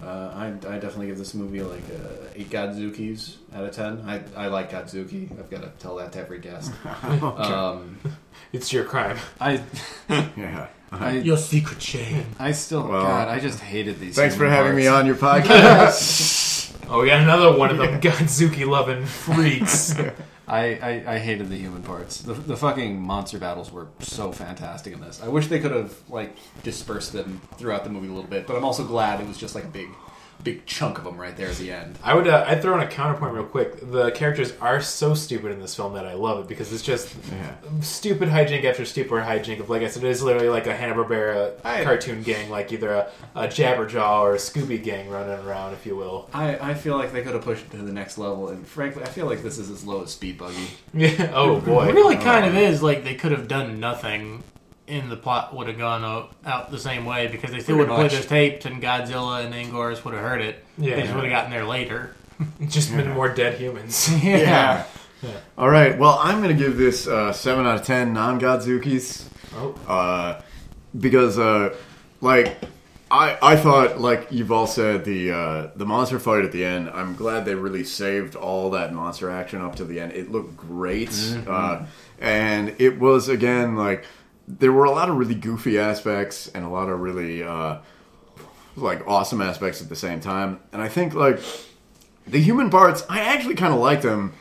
[SPEAKER 7] Uh, I, I definitely give this movie like uh, eight Godzukis out of ten. I, I like Godzuki. I've got to tell that to every guest. um,
[SPEAKER 4] It's your crime.
[SPEAKER 5] I,
[SPEAKER 2] yeah.
[SPEAKER 5] I,
[SPEAKER 3] Your secret shame.
[SPEAKER 5] I still,
[SPEAKER 2] Well,
[SPEAKER 5] God, I just hated these.
[SPEAKER 2] Thanks for
[SPEAKER 5] human
[SPEAKER 2] having me
[SPEAKER 5] parts.
[SPEAKER 2] on your podcast.
[SPEAKER 4] Oh, we got another one of them Godzuki loving freaks.
[SPEAKER 5] I, I, I hated the human parts. The, the fucking monster battles were so fantastic in this.
[SPEAKER 7] I wish they could have like dispersed them throughout the movie a little bit, but I'm also glad it was just like a big, big chunk of them right there at the end.
[SPEAKER 4] I would uh, I'd throw in a counterpoint real quick. The characters are so stupid in this film that I love it because it's just stupid hijink after stupid hijink. Of like I said, it is literally like a Hanna Barbera
[SPEAKER 7] I-
[SPEAKER 4] cartoon gang, like either a, a Jabberjaw or a Scooby gang running around, if you will.
[SPEAKER 7] I, I feel like they could have pushed it to the next level, and frankly, I feel like this is as low as Speed Buggy.
[SPEAKER 4] Yeah. Oh boy.
[SPEAKER 3] It really kind of is like they could have done nothing, and the plot would have gone o- out the same way because they still would
[SPEAKER 7] Pretty
[SPEAKER 3] have played
[SPEAKER 7] much.
[SPEAKER 3] those tapes, and Godzilla and Angorus would have heard it.
[SPEAKER 4] Yeah.
[SPEAKER 3] they just would have gotten there later.
[SPEAKER 4] Just been more dead humans.
[SPEAKER 3] Yeah,
[SPEAKER 2] All right. Well, I'm going to give this uh, seven out of ten non-Godzukis
[SPEAKER 4] Oh.
[SPEAKER 2] uh, because, uh, like, I I thought, like you've all said, the uh, the monster fight at the end. I'm glad they really saved all that monster action up to the end. It looked great, uh, and it was again like there were a lot of really goofy aspects and a lot of really uh, like awesome aspects at the same time. And I think like the human parts, I actually kind of like them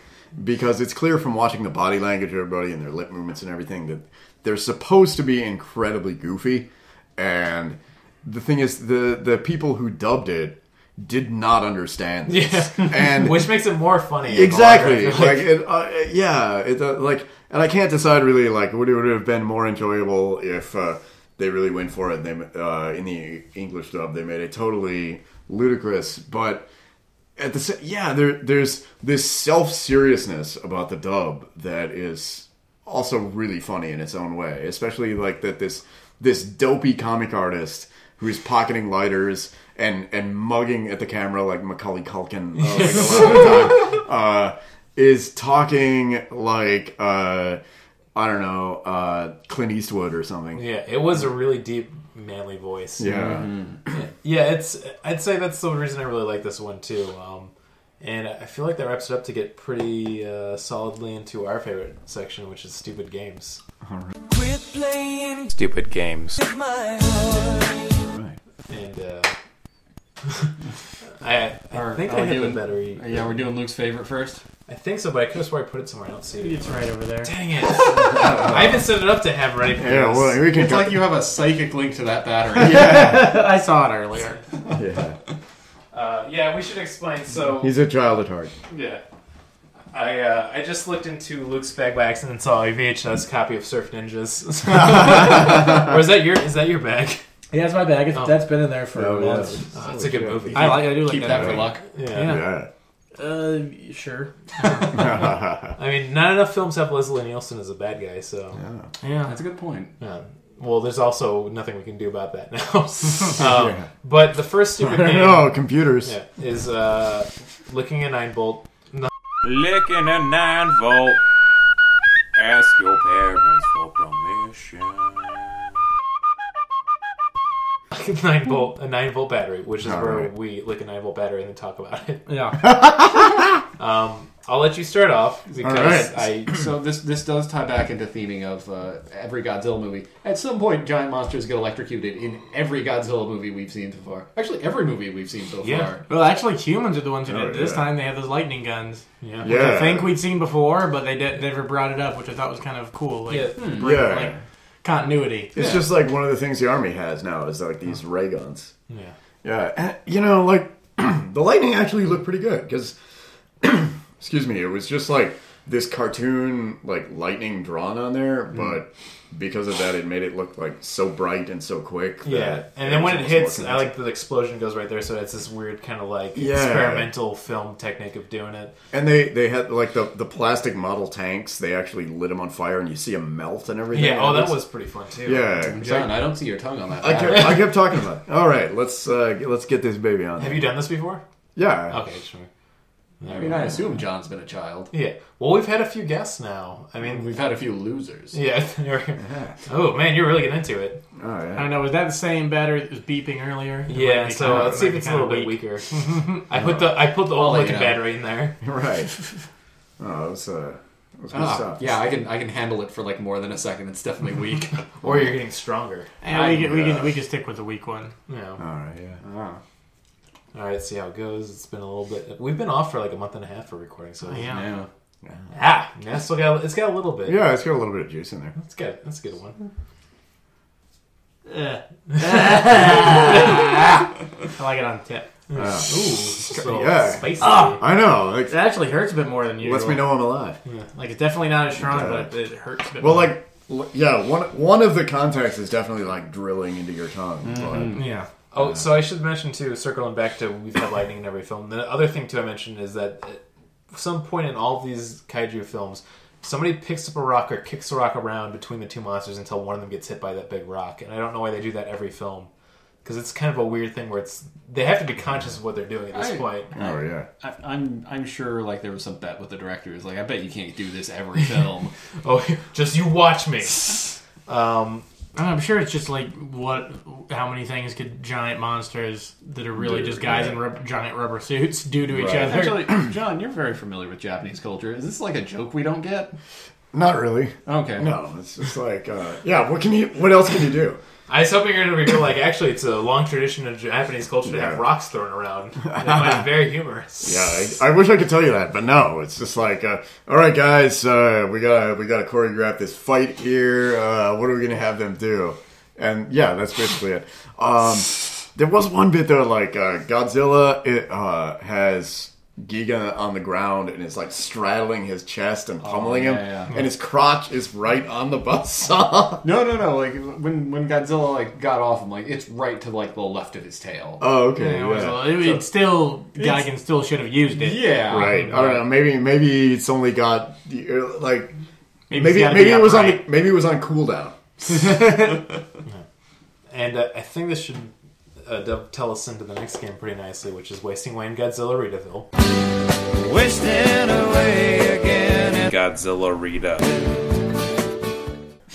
[SPEAKER 2] because it's clear from watching the body language of everybody and their lip movements and everything that they're supposed to be incredibly goofy. And the thing is, the the people who dubbed it did not understand this. And
[SPEAKER 4] Which makes it more funny. in the
[SPEAKER 2] exactly
[SPEAKER 4] long
[SPEAKER 2] like,
[SPEAKER 4] run.
[SPEAKER 2] it, uh, yeah it, uh, like and i can't decide really like would it would have been more enjoyable if uh, they really went for it and they uh, in the english dub they made it totally ludicrous but at the sa- yeah there there's this self-seriousness about the dub that is also really funny in its own way especially like that this this dopey comic artist who's pocketing lighters and and mugging at the camera like Macaulay Culkin uh, like, a lot of the time, uh, is talking like uh, I don't know uh, Clint Eastwood or something
[SPEAKER 4] Yeah, it was a really deep, manly voice.
[SPEAKER 2] yeah
[SPEAKER 7] Mm-hmm.
[SPEAKER 4] Yeah, it's. I'd say that's the reason I really like this one too. Um, And I feel like that wraps it up to get pretty uh, solidly into our favorite section, which is stupid games.
[SPEAKER 8] Quit playing
[SPEAKER 6] Stupid games.
[SPEAKER 8] with my heart.
[SPEAKER 5] Right.
[SPEAKER 4] And uh, I, I
[SPEAKER 5] Or-
[SPEAKER 4] think
[SPEAKER 5] are
[SPEAKER 4] I
[SPEAKER 5] we
[SPEAKER 4] have
[SPEAKER 5] doing-
[SPEAKER 4] a better. e,
[SPEAKER 5] Uh, Yeah, we're doing Luke's favorite first.
[SPEAKER 4] I think so, but I could have swore I put it somewhere. I don't see it.
[SPEAKER 3] It's right over there.
[SPEAKER 4] Dang it! I even set it up to have ready for
[SPEAKER 2] Yeah,
[SPEAKER 4] this.
[SPEAKER 2] well, we can
[SPEAKER 7] It's
[SPEAKER 2] go.
[SPEAKER 7] like you have a psychic link to that battery.
[SPEAKER 3] I saw it earlier.
[SPEAKER 2] yeah.
[SPEAKER 4] Uh, yeah, we should explain. So
[SPEAKER 2] He's a child at heart.
[SPEAKER 4] Yeah. I uh, I just looked into Luke's bag by accident and saw a VHS copy of Surf Ninjas. or is that your is that your bag?
[SPEAKER 3] Yeah, that's my bag. It's,
[SPEAKER 4] Oh.
[SPEAKER 3] That's been in there for
[SPEAKER 2] Oh, yeah.
[SPEAKER 3] months.
[SPEAKER 4] Oh, that's a good movie.
[SPEAKER 3] I like. I do like
[SPEAKER 7] Keep that for luck.
[SPEAKER 4] yeah.
[SPEAKER 2] Yeah.
[SPEAKER 3] Uh, sure.
[SPEAKER 4] I mean, not enough films have Leslie Nielsen as a bad guy, so
[SPEAKER 3] Yeah.
[SPEAKER 5] That's a good point.
[SPEAKER 4] um, well, there's also nothing we can do about that now. um, But the first stupid game
[SPEAKER 2] no, computers.
[SPEAKER 4] yeah, is uh, licking a nine bolt.
[SPEAKER 6] Licking a 9 volt. Ask your parents for permission.
[SPEAKER 4] nine volt, a nine volt battery, which is
[SPEAKER 2] All
[SPEAKER 4] where
[SPEAKER 2] right.
[SPEAKER 4] we lick a nine volt battery and then talk about it.
[SPEAKER 3] Yeah.
[SPEAKER 4] Um, I'll let you start off because
[SPEAKER 2] All
[SPEAKER 4] I
[SPEAKER 5] So
[SPEAKER 7] This this does tie back into theming of uh, every Godzilla movie. At some point, giant monsters get electrocuted in every Godzilla movie we've seen so far. Actually, every movie we've seen so
[SPEAKER 4] Yeah.
[SPEAKER 7] far.
[SPEAKER 3] Well, actually, humans are the ones who
[SPEAKER 2] Oh,
[SPEAKER 3] did it this
[SPEAKER 2] yeah.
[SPEAKER 3] time. They had those lightning guns.
[SPEAKER 4] yeah.
[SPEAKER 2] Yeah.
[SPEAKER 3] I think we'd seen before, but they did, never brought it up, which I thought was kind of cool. Like,
[SPEAKER 4] Yeah.
[SPEAKER 3] bring-
[SPEAKER 2] Yeah.
[SPEAKER 3] like continuity.
[SPEAKER 2] It's just like one of the things the army has now is like
[SPEAKER 4] Mm-hmm.
[SPEAKER 2] these ray guns.
[SPEAKER 4] Yeah.
[SPEAKER 2] Yeah, and, you know, like the lightning actually looked pretty good because, excuse me, it was just like this cartoon like lightning drawn on there,
[SPEAKER 4] Mm-hmm.
[SPEAKER 2] but because of that, it made it look like so bright and so quick. that
[SPEAKER 4] Yeah, and then when it
[SPEAKER 2] was
[SPEAKER 4] hits,
[SPEAKER 2] looking
[SPEAKER 4] I like the explosion goes right there, so it's this weird kind of like
[SPEAKER 2] Yeah.
[SPEAKER 4] experimental film technique of doing it.
[SPEAKER 2] And they they had like the the plastic model tanks. They actually lit them on fire, and you see them melt and everything.
[SPEAKER 4] Yeah, oh,
[SPEAKER 2] And
[SPEAKER 4] that
[SPEAKER 2] it's-
[SPEAKER 4] was pretty fun too.
[SPEAKER 2] yeah.
[SPEAKER 7] John, I don't see your tongue on that.
[SPEAKER 2] I
[SPEAKER 7] battery.
[SPEAKER 2] kept, I kept talking about. It. All right, let's uh, let's get this baby on.
[SPEAKER 4] Have you done this before?
[SPEAKER 2] Yeah.
[SPEAKER 4] Okay, sure.
[SPEAKER 7] I mean, I assume John's been a child.
[SPEAKER 4] Yeah. Well, we've had a few guests now. I mean,
[SPEAKER 7] We've had a few losers.
[SPEAKER 4] yeah. they're- oh man, you're really getting into it.
[SPEAKER 2] All
[SPEAKER 3] I
[SPEAKER 2] right.
[SPEAKER 3] don't know. Was that the same battery that was beeping earlier? It might
[SPEAKER 4] Yeah.
[SPEAKER 3] be
[SPEAKER 4] So
[SPEAKER 3] kinda-
[SPEAKER 4] let's
[SPEAKER 3] might
[SPEAKER 4] see if
[SPEAKER 3] be
[SPEAKER 4] it's a
[SPEAKER 3] kinda
[SPEAKER 4] little bit
[SPEAKER 3] weak.
[SPEAKER 4] weaker. I put the I put the old
[SPEAKER 7] let
[SPEAKER 4] looking
[SPEAKER 7] you know.
[SPEAKER 4] battery in there.
[SPEAKER 2] Right. Oh, it was, uh, it was good
[SPEAKER 7] Ah,
[SPEAKER 2] stuff.
[SPEAKER 7] yeah, I can I can handle it for like more than a second. It's definitely weak.
[SPEAKER 4] Or you're getting stronger.
[SPEAKER 3] Yeah, we, can, we can we can stick with the weak one.
[SPEAKER 4] Yeah.
[SPEAKER 2] All right. Yeah.
[SPEAKER 4] All right. See how it goes. It's been a little bit. We've been off for like a month and a half for recording. So
[SPEAKER 3] Yeah.
[SPEAKER 7] yeah.
[SPEAKER 4] Ah, yeah. Still got. It's got a little bit.
[SPEAKER 2] Yeah, it's got a little bit of juice in there.
[SPEAKER 4] That's good. That's a good one.
[SPEAKER 3] Eh. I like it on tip.
[SPEAKER 4] Ooh, so
[SPEAKER 2] yeah.
[SPEAKER 4] spicy.
[SPEAKER 2] I know. Like,
[SPEAKER 3] It actually hurts a bit more than usual.
[SPEAKER 2] lets me know I'm alive.
[SPEAKER 4] Mm-hmm.
[SPEAKER 3] Like it's definitely not as strong,
[SPEAKER 2] Yeah.
[SPEAKER 3] but it hurts. A bit
[SPEAKER 2] Well,
[SPEAKER 3] more.
[SPEAKER 2] like, l- yeah, one one of the contacts is definitely like drilling into your tongue.
[SPEAKER 3] yeah.
[SPEAKER 4] Oh, so I should mention too, circling back to we've had lightning in every film. The other thing too I mentioned is that at some point in all of these kaiju films, somebody picks up a rock or kicks a rock around between the two monsters until one of them gets hit by that big rock. And I don't know why they do that every film because it's kind of a weird thing where it's they have to be conscious of what they're doing at this
[SPEAKER 5] Right.
[SPEAKER 4] point.
[SPEAKER 2] But, oh yeah.
[SPEAKER 5] I, I'm I'm sure like there was some bet with the director who's like, I bet you can't do this every film.
[SPEAKER 4] Oh, just you watch me. Um,
[SPEAKER 3] I'm sure it's just like what, how many things could giant monsters that are really
[SPEAKER 2] Do,
[SPEAKER 3] just guys
[SPEAKER 2] yeah.
[SPEAKER 3] in rub- giant rubber suits do to each
[SPEAKER 2] Right.
[SPEAKER 3] other?
[SPEAKER 5] Actually, John, you're very familiar with Japanese culture. Is this like a joke we don't get?
[SPEAKER 2] Not really.
[SPEAKER 5] Okay.
[SPEAKER 2] No, it's just like, uh, yeah. What can you? What else can you do?
[SPEAKER 4] I was hoping you're going to reveal, like, actually, it's a long tradition in Japanese culture to have
[SPEAKER 2] Yeah.
[SPEAKER 4] rocks thrown around. That might be very humorous.
[SPEAKER 2] Yeah, I, I wish I could tell you that, but no. It's just like, uh, all right, guys, uh, we gotta we gotta choreograph this fight here. Uh, what are we gonna have them do? And yeah, that's basically it. Um, there was one bit though, like uh, Godzilla it, uh, has Giga on the ground and is like straddling his chest and pummeling him,
[SPEAKER 5] yeah,
[SPEAKER 2] and his crotch is right on the Oh, buzzsaw.
[SPEAKER 7] No, no, no. Like when when Godzilla like got off him, like it's right to like the left of his tail.
[SPEAKER 2] oh, okay,
[SPEAKER 3] You know,
[SPEAKER 2] yeah.
[SPEAKER 3] so it, it still, guy
[SPEAKER 7] It's-
[SPEAKER 3] can still should have used it.
[SPEAKER 7] yeah.
[SPEAKER 2] Right. I don't know. Maybe maybe it's only got uh, like
[SPEAKER 3] Maybe
[SPEAKER 2] maybe
[SPEAKER 3] it's gotta
[SPEAKER 2] maybe,
[SPEAKER 3] be
[SPEAKER 2] it was on
[SPEAKER 3] upright.
[SPEAKER 2] the, maybe it was on cooldown.
[SPEAKER 4] And uh, I think this should uh, dovetail us into the next game pretty nicely, which is Wasting Away in Godzilla Ritaville.
[SPEAKER 6] Wasting away again. Godzilla Rita.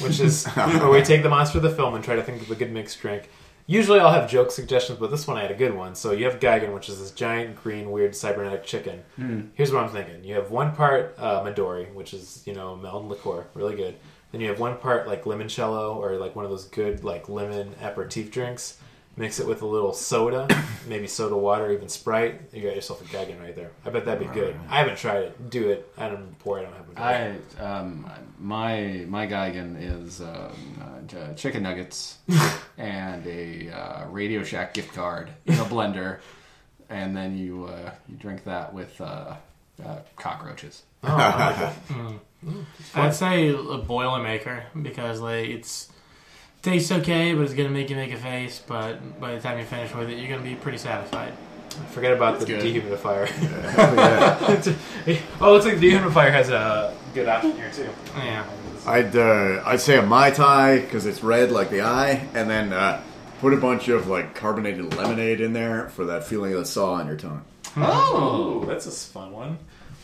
[SPEAKER 4] Which is where we take the monster of the film and try to think of a good mixed drink. Usually I'll have joke suggestions, but this one I had a good one. So you have Gigan, which is this giant green weird cybernetic chicken. Here's what I'm thinking: you have one part uh, Midori, which is you know melon liqueur, really good. Then you have one part like limoncello or like one of those good like lemon aperitif drinks. Mix it with a little soda, maybe soda water, even Sprite. You got yourself a Gigan right there. I bet that'd be good. I haven't tried it. Do it. I'm poor. I don't have a
[SPEAKER 5] I um my my Geigen is um, uh, j- chicken nuggets and a uh, Radio Shack gift card in a blender, and then you uh, you drink that with uh, uh, cockroaches.
[SPEAKER 3] I'd say a Boilermaker because like it's tastes okay, but it's gonna make you make a face. But by the time you finish with it, you're gonna be pretty satisfied.
[SPEAKER 4] Forget about the dehumidifier. oh, looks like the dehumidifier has a good option here too.
[SPEAKER 3] Yeah.
[SPEAKER 2] I'd uh, I'd say a mai tai because it's red like the eye, and then uh, put a bunch of like carbonated lemonade in there for that feeling of the saw on your tongue.
[SPEAKER 4] Oh, that's a fun one.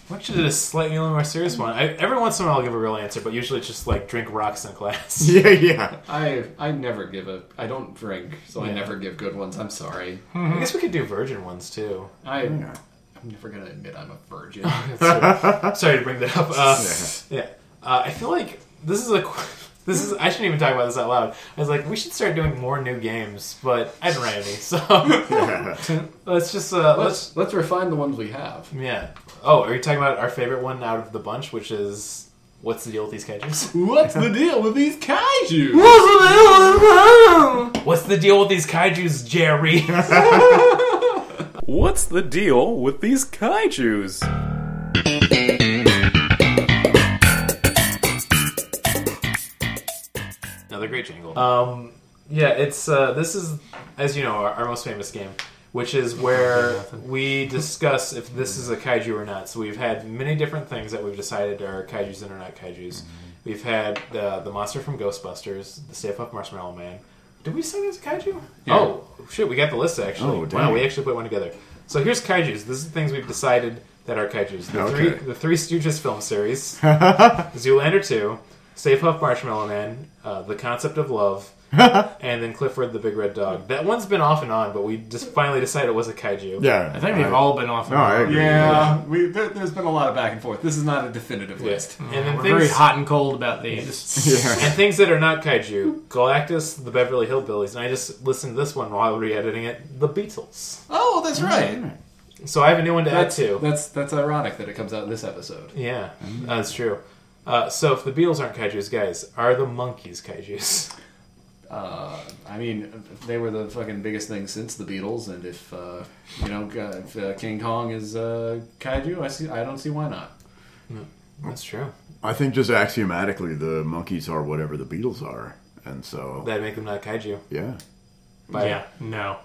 [SPEAKER 4] Why don't you do a slightly more serious one? I, every once in a while, I'll give a real answer, but usually it's just like drink rocks in class.
[SPEAKER 2] Yeah, yeah.
[SPEAKER 7] I I never give a. I don't drink, so I never give good ones. I'm sorry.
[SPEAKER 5] Hmm.
[SPEAKER 4] I guess we could do virgin ones too.
[SPEAKER 7] I I'm never gonna admit I'm a virgin.
[SPEAKER 4] Sorry to bring that up. Uh, yeah, uh, I feel like this is a qu- this is I shouldn't even talk about this out loud. I was like, we should start doing more new games, but I didn't write any, so let's just uh, let's
[SPEAKER 7] let's let's refine the ones we have.
[SPEAKER 4] Yeah. Oh, are you talking about our favorite one out of the bunch, which is what's the deal with these kaiju?
[SPEAKER 7] What's the deal with these kaiju?
[SPEAKER 4] What's the deal with these kaiju's, Jerry?
[SPEAKER 6] What's the deal with these kaijus?
[SPEAKER 4] Another great jingle. Um, yeah, it's uh, this is as you know our, our most famous game, which is where we discuss if this is a kaiju or not. So we've had many different things that we've decided are kaiju's and are not kaiju's. We've had uh, the monster from Ghostbusters, the Stay Puft Marshmallow Man. Did we say there's a kaiju? Oh shit, we got the list actually.
[SPEAKER 2] Oh,
[SPEAKER 4] wow,
[SPEAKER 2] dang.
[SPEAKER 4] we actually put one together. So here's kaiju's. This is the things we've decided that are kaiju's. The
[SPEAKER 2] Okay.
[SPEAKER 4] three the Three Stooges film series. Zoolander 2, Safe Puff Marshmallow Man, uh, The Concept of Love, and then Clifford the Big Red Dog. That one's been off and on, but we just finally decided it was a kaiju.
[SPEAKER 2] Yeah,
[SPEAKER 3] I think they've all been off.
[SPEAKER 2] No, I agree.
[SPEAKER 7] Yeah, we, there, there's been a lot of back and forth. This is not a definitive
[SPEAKER 4] Yeah.
[SPEAKER 7] list.
[SPEAKER 4] And then
[SPEAKER 3] Mm, We're very
[SPEAKER 4] things,
[SPEAKER 3] hot and cold about these.
[SPEAKER 4] and things that are not kaiju, Galactus, the Beverly Hillbillies, and I just listened to this one while re-editing it, the Beatles.
[SPEAKER 7] Oh, that's right.
[SPEAKER 4] So I have a new one to
[SPEAKER 7] That's
[SPEAKER 4] add too.
[SPEAKER 7] that's that's ironic that it comes out in this episode.
[SPEAKER 4] yeah, that's true. Uh, so if the Beatles aren't kaiju's, guys, are the monkeys kaiju's?
[SPEAKER 7] Uh, I mean, they were the fucking biggest thing since the Beatles, and if uh, you know, uh, if uh, King Kong is uh, kaiju, I see. I don't see why not.
[SPEAKER 4] That's true.
[SPEAKER 2] I think just axiomatically, the monkeys are whatever the Beatles are, and so
[SPEAKER 4] That'd make them not kaiju.
[SPEAKER 2] yeah.
[SPEAKER 4] By
[SPEAKER 3] yeah. No.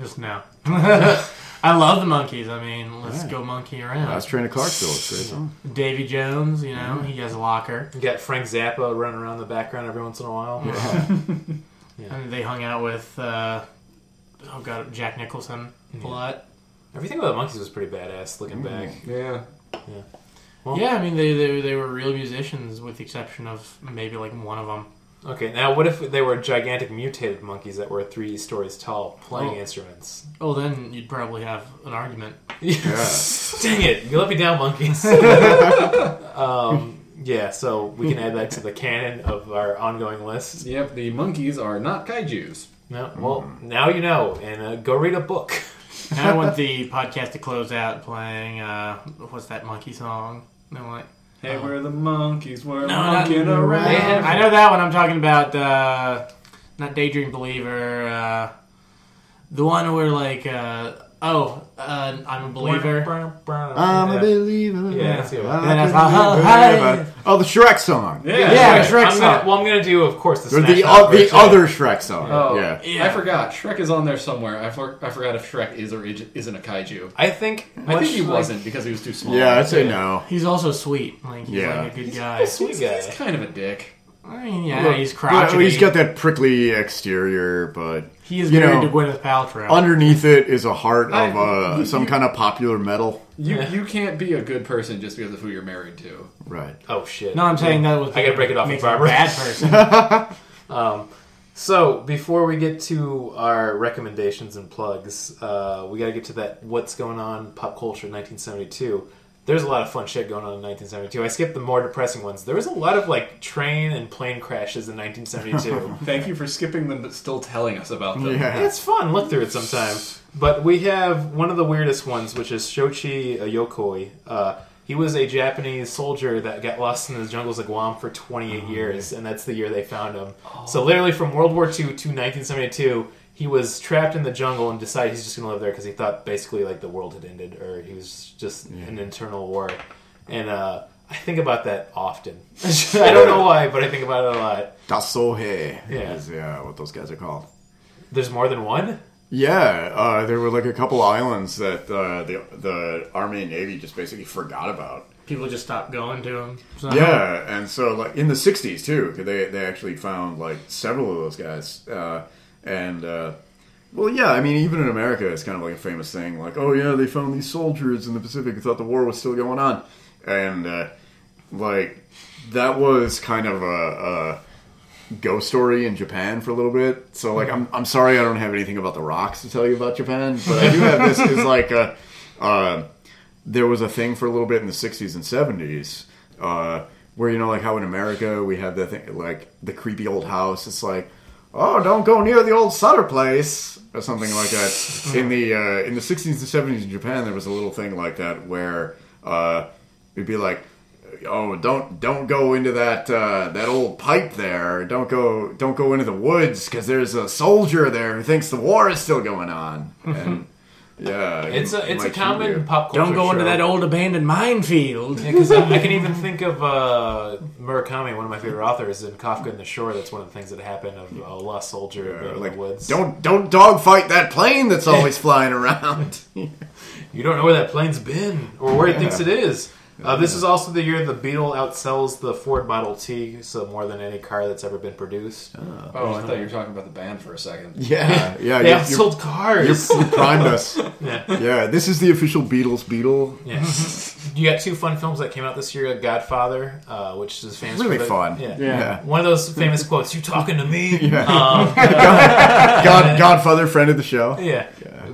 [SPEAKER 3] Just no. I love the monkeys. I mean, let's go monkey around.
[SPEAKER 2] I was trained to Clarksville. It's a great song.
[SPEAKER 3] Davy Jones, you know, he has a locker.
[SPEAKER 4] You got Frank Zappa running around in the background every once in a while.
[SPEAKER 3] And they hung out with, uh, oh god, Jack Nicholson a lot.
[SPEAKER 4] Everything about the monkeys was pretty badass looking back.
[SPEAKER 3] Mm-hmm.
[SPEAKER 7] Yeah,
[SPEAKER 3] Yeah, I mean, they, they, they were real musicians with the exception of maybe like one of them.
[SPEAKER 4] Okay, now what if they were gigantic mutated monkeys that were three stories tall playing
[SPEAKER 3] Oh.
[SPEAKER 4] instruments?
[SPEAKER 3] Oh, then you'd probably have an argument.
[SPEAKER 4] Dang it, you let me down, monkeys. um, yeah, so we can add that to the canon of our ongoing list.
[SPEAKER 7] Yep, the monkeys are not kaiju's.
[SPEAKER 4] No, well,
[SPEAKER 3] Mm.
[SPEAKER 4] now you know, and uh, go read a book.
[SPEAKER 3] Now I want the podcast to close out playing, uh, what's that monkey song? No, like,
[SPEAKER 7] Hey, we're the monkeys. We're
[SPEAKER 3] No, not-
[SPEAKER 7] monkeying around.
[SPEAKER 3] They have- I know that one. I'm talking about uh, not Daydream Believer, uh, the one where like uh, oh uh, I'm a believer.
[SPEAKER 2] I'm a
[SPEAKER 4] Yeah.
[SPEAKER 2] believer.
[SPEAKER 4] Yeah, that's the one.
[SPEAKER 2] I
[SPEAKER 3] And that's
[SPEAKER 2] can
[SPEAKER 3] how-
[SPEAKER 2] be
[SPEAKER 3] how-
[SPEAKER 2] believer. Oh, the Shrek song. Yeah.
[SPEAKER 3] Yeah,
[SPEAKER 4] Okay,
[SPEAKER 3] Shrek
[SPEAKER 4] I'm gonna-
[SPEAKER 3] song.
[SPEAKER 4] well, I'm going to do, of course, the,
[SPEAKER 2] Or
[SPEAKER 4] Smash
[SPEAKER 2] the,
[SPEAKER 4] Mouth
[SPEAKER 2] o- the
[SPEAKER 4] version.
[SPEAKER 2] other Shrek song.
[SPEAKER 7] Oh,
[SPEAKER 2] Yeah.
[SPEAKER 3] Yeah.
[SPEAKER 7] I forgot. Shrek is on there somewhere. I, for, I forgot if Shrek is or ij- isn't a kaiju.
[SPEAKER 4] I think.
[SPEAKER 7] I
[SPEAKER 4] much
[SPEAKER 7] think he
[SPEAKER 4] like-
[SPEAKER 7] wasn't because he was too small.
[SPEAKER 2] Yeah, I'd say no.
[SPEAKER 3] He's also sweet. Like he's
[SPEAKER 2] Yeah.
[SPEAKER 3] like a good guy.
[SPEAKER 4] Sweet guy.
[SPEAKER 7] He's kind of a dick.
[SPEAKER 3] I mean, yeah, he's
[SPEAKER 2] Well,
[SPEAKER 3] crotchety.
[SPEAKER 2] he's got that prickly exterior, but
[SPEAKER 3] he is
[SPEAKER 2] you
[SPEAKER 3] married
[SPEAKER 2] know,
[SPEAKER 3] to Gwyneth Paltrow.
[SPEAKER 2] underneath it is a heart
[SPEAKER 7] I-
[SPEAKER 2] of uh, some kind of popular metal.
[SPEAKER 7] You you can't be a good person just because of who you're married to.
[SPEAKER 2] Right.
[SPEAKER 4] Oh, shit.
[SPEAKER 3] no, I'm saying that was
[SPEAKER 4] I gotta break it off
[SPEAKER 3] makes
[SPEAKER 4] with
[SPEAKER 3] him a
[SPEAKER 4] Barbara.
[SPEAKER 3] bad person.
[SPEAKER 4] So before we get to our recommendations and plugs, uh, we got to get to that what's going on pop culture in 1972. There's a lot of fun shit going on in 1972. I skipped the more depressing ones. There was a lot of like train and plane crashes in 1972.
[SPEAKER 7] Thank you for skipping them, but still telling us about them.
[SPEAKER 2] Yeah.
[SPEAKER 4] It's fun. Look through it sometime. But we have one of the weirdest ones, which is Shochi Yokoi. Uh, he was a Japanese soldier that got lost in the jungles of Guam for 28
[SPEAKER 3] Oh,
[SPEAKER 4] years, and that's the year they found him. So literally from World War II to 1972, he was trapped in the jungle and decided he's just going to live there because he thought basically like the world had ended, or he was just an internal war. And uh, I think about that often. I don't know why, but I think about it a lot.
[SPEAKER 2] Dasohe
[SPEAKER 4] Yeah.
[SPEAKER 2] is yeah, what those guys are called.
[SPEAKER 4] There's more than one.
[SPEAKER 2] Yeah, uh, there were like a couple islands that uh, the the army and navy just basically forgot about.
[SPEAKER 3] People just stopped going to them. So-
[SPEAKER 2] Yeah, and so like in the '60s too, 'cause they they actually found like several of those guys. Uh, and uh, well, yeah, I mean, even in America, it's kind of like a famous thing, like, oh yeah, they found these soldiers in the Pacific who thought the war was still going on, and uh, like that was kind of a, a ghost story in Japan for a little bit. So like, I'm I'm sorry, I don't have anything about the rocks to tell you about Japan, but I do have this is like. Uh, uh, there was a thing for a little bit in the 60s and 70s uh, where you know like how in america we have the thing like the creepy old house it's like oh don't go near the old sutter place or something like that in the uh, in the 60s and 70s in japan there was a little thing like that where uh, it'd be like oh don't don't go into that uh, that old pipe there don't go don't go into the woods because there's a soldier there who thinks the war is still going on and yeah
[SPEAKER 4] It's a it's a
[SPEAKER 2] like,
[SPEAKER 4] common
[SPEAKER 2] you-
[SPEAKER 4] pop culture.
[SPEAKER 3] Don't go into
[SPEAKER 4] trope.
[SPEAKER 3] that old abandoned minefield.
[SPEAKER 4] Yeah, 'cause I, I can even think of uh, Murakami, one of my favorite authors, in Kafka and the Shore. That's one of the things that happened of a lost soldier
[SPEAKER 2] Yeah,
[SPEAKER 4] in
[SPEAKER 2] like,
[SPEAKER 4] the woods.
[SPEAKER 2] Don't don't dogfight that plane that's always flying around.
[SPEAKER 4] You don't know where that plane's been or where it thinks it is. Uh, this is also the year the Beetle outsells the Ford Model T, so more than any car that's ever been produced.
[SPEAKER 7] Oh, I thought you were talking about the band for a second.
[SPEAKER 2] yeah, yeah.
[SPEAKER 4] they
[SPEAKER 2] you- you,
[SPEAKER 4] outsold cars.
[SPEAKER 2] you primed us.
[SPEAKER 4] yeah.
[SPEAKER 2] Yeah, this is the official Beatles Beatle.
[SPEAKER 4] yeah. you got two fun films that came out this year: Godfather, uh, which is famous.
[SPEAKER 2] Really
[SPEAKER 4] for the-
[SPEAKER 2] fun.
[SPEAKER 4] Yeah.
[SPEAKER 2] Yeah.
[SPEAKER 4] One of those famous quotes: "You talking to me?" Um,
[SPEAKER 2] God, Godfather, friend of the show.
[SPEAKER 4] Yeah.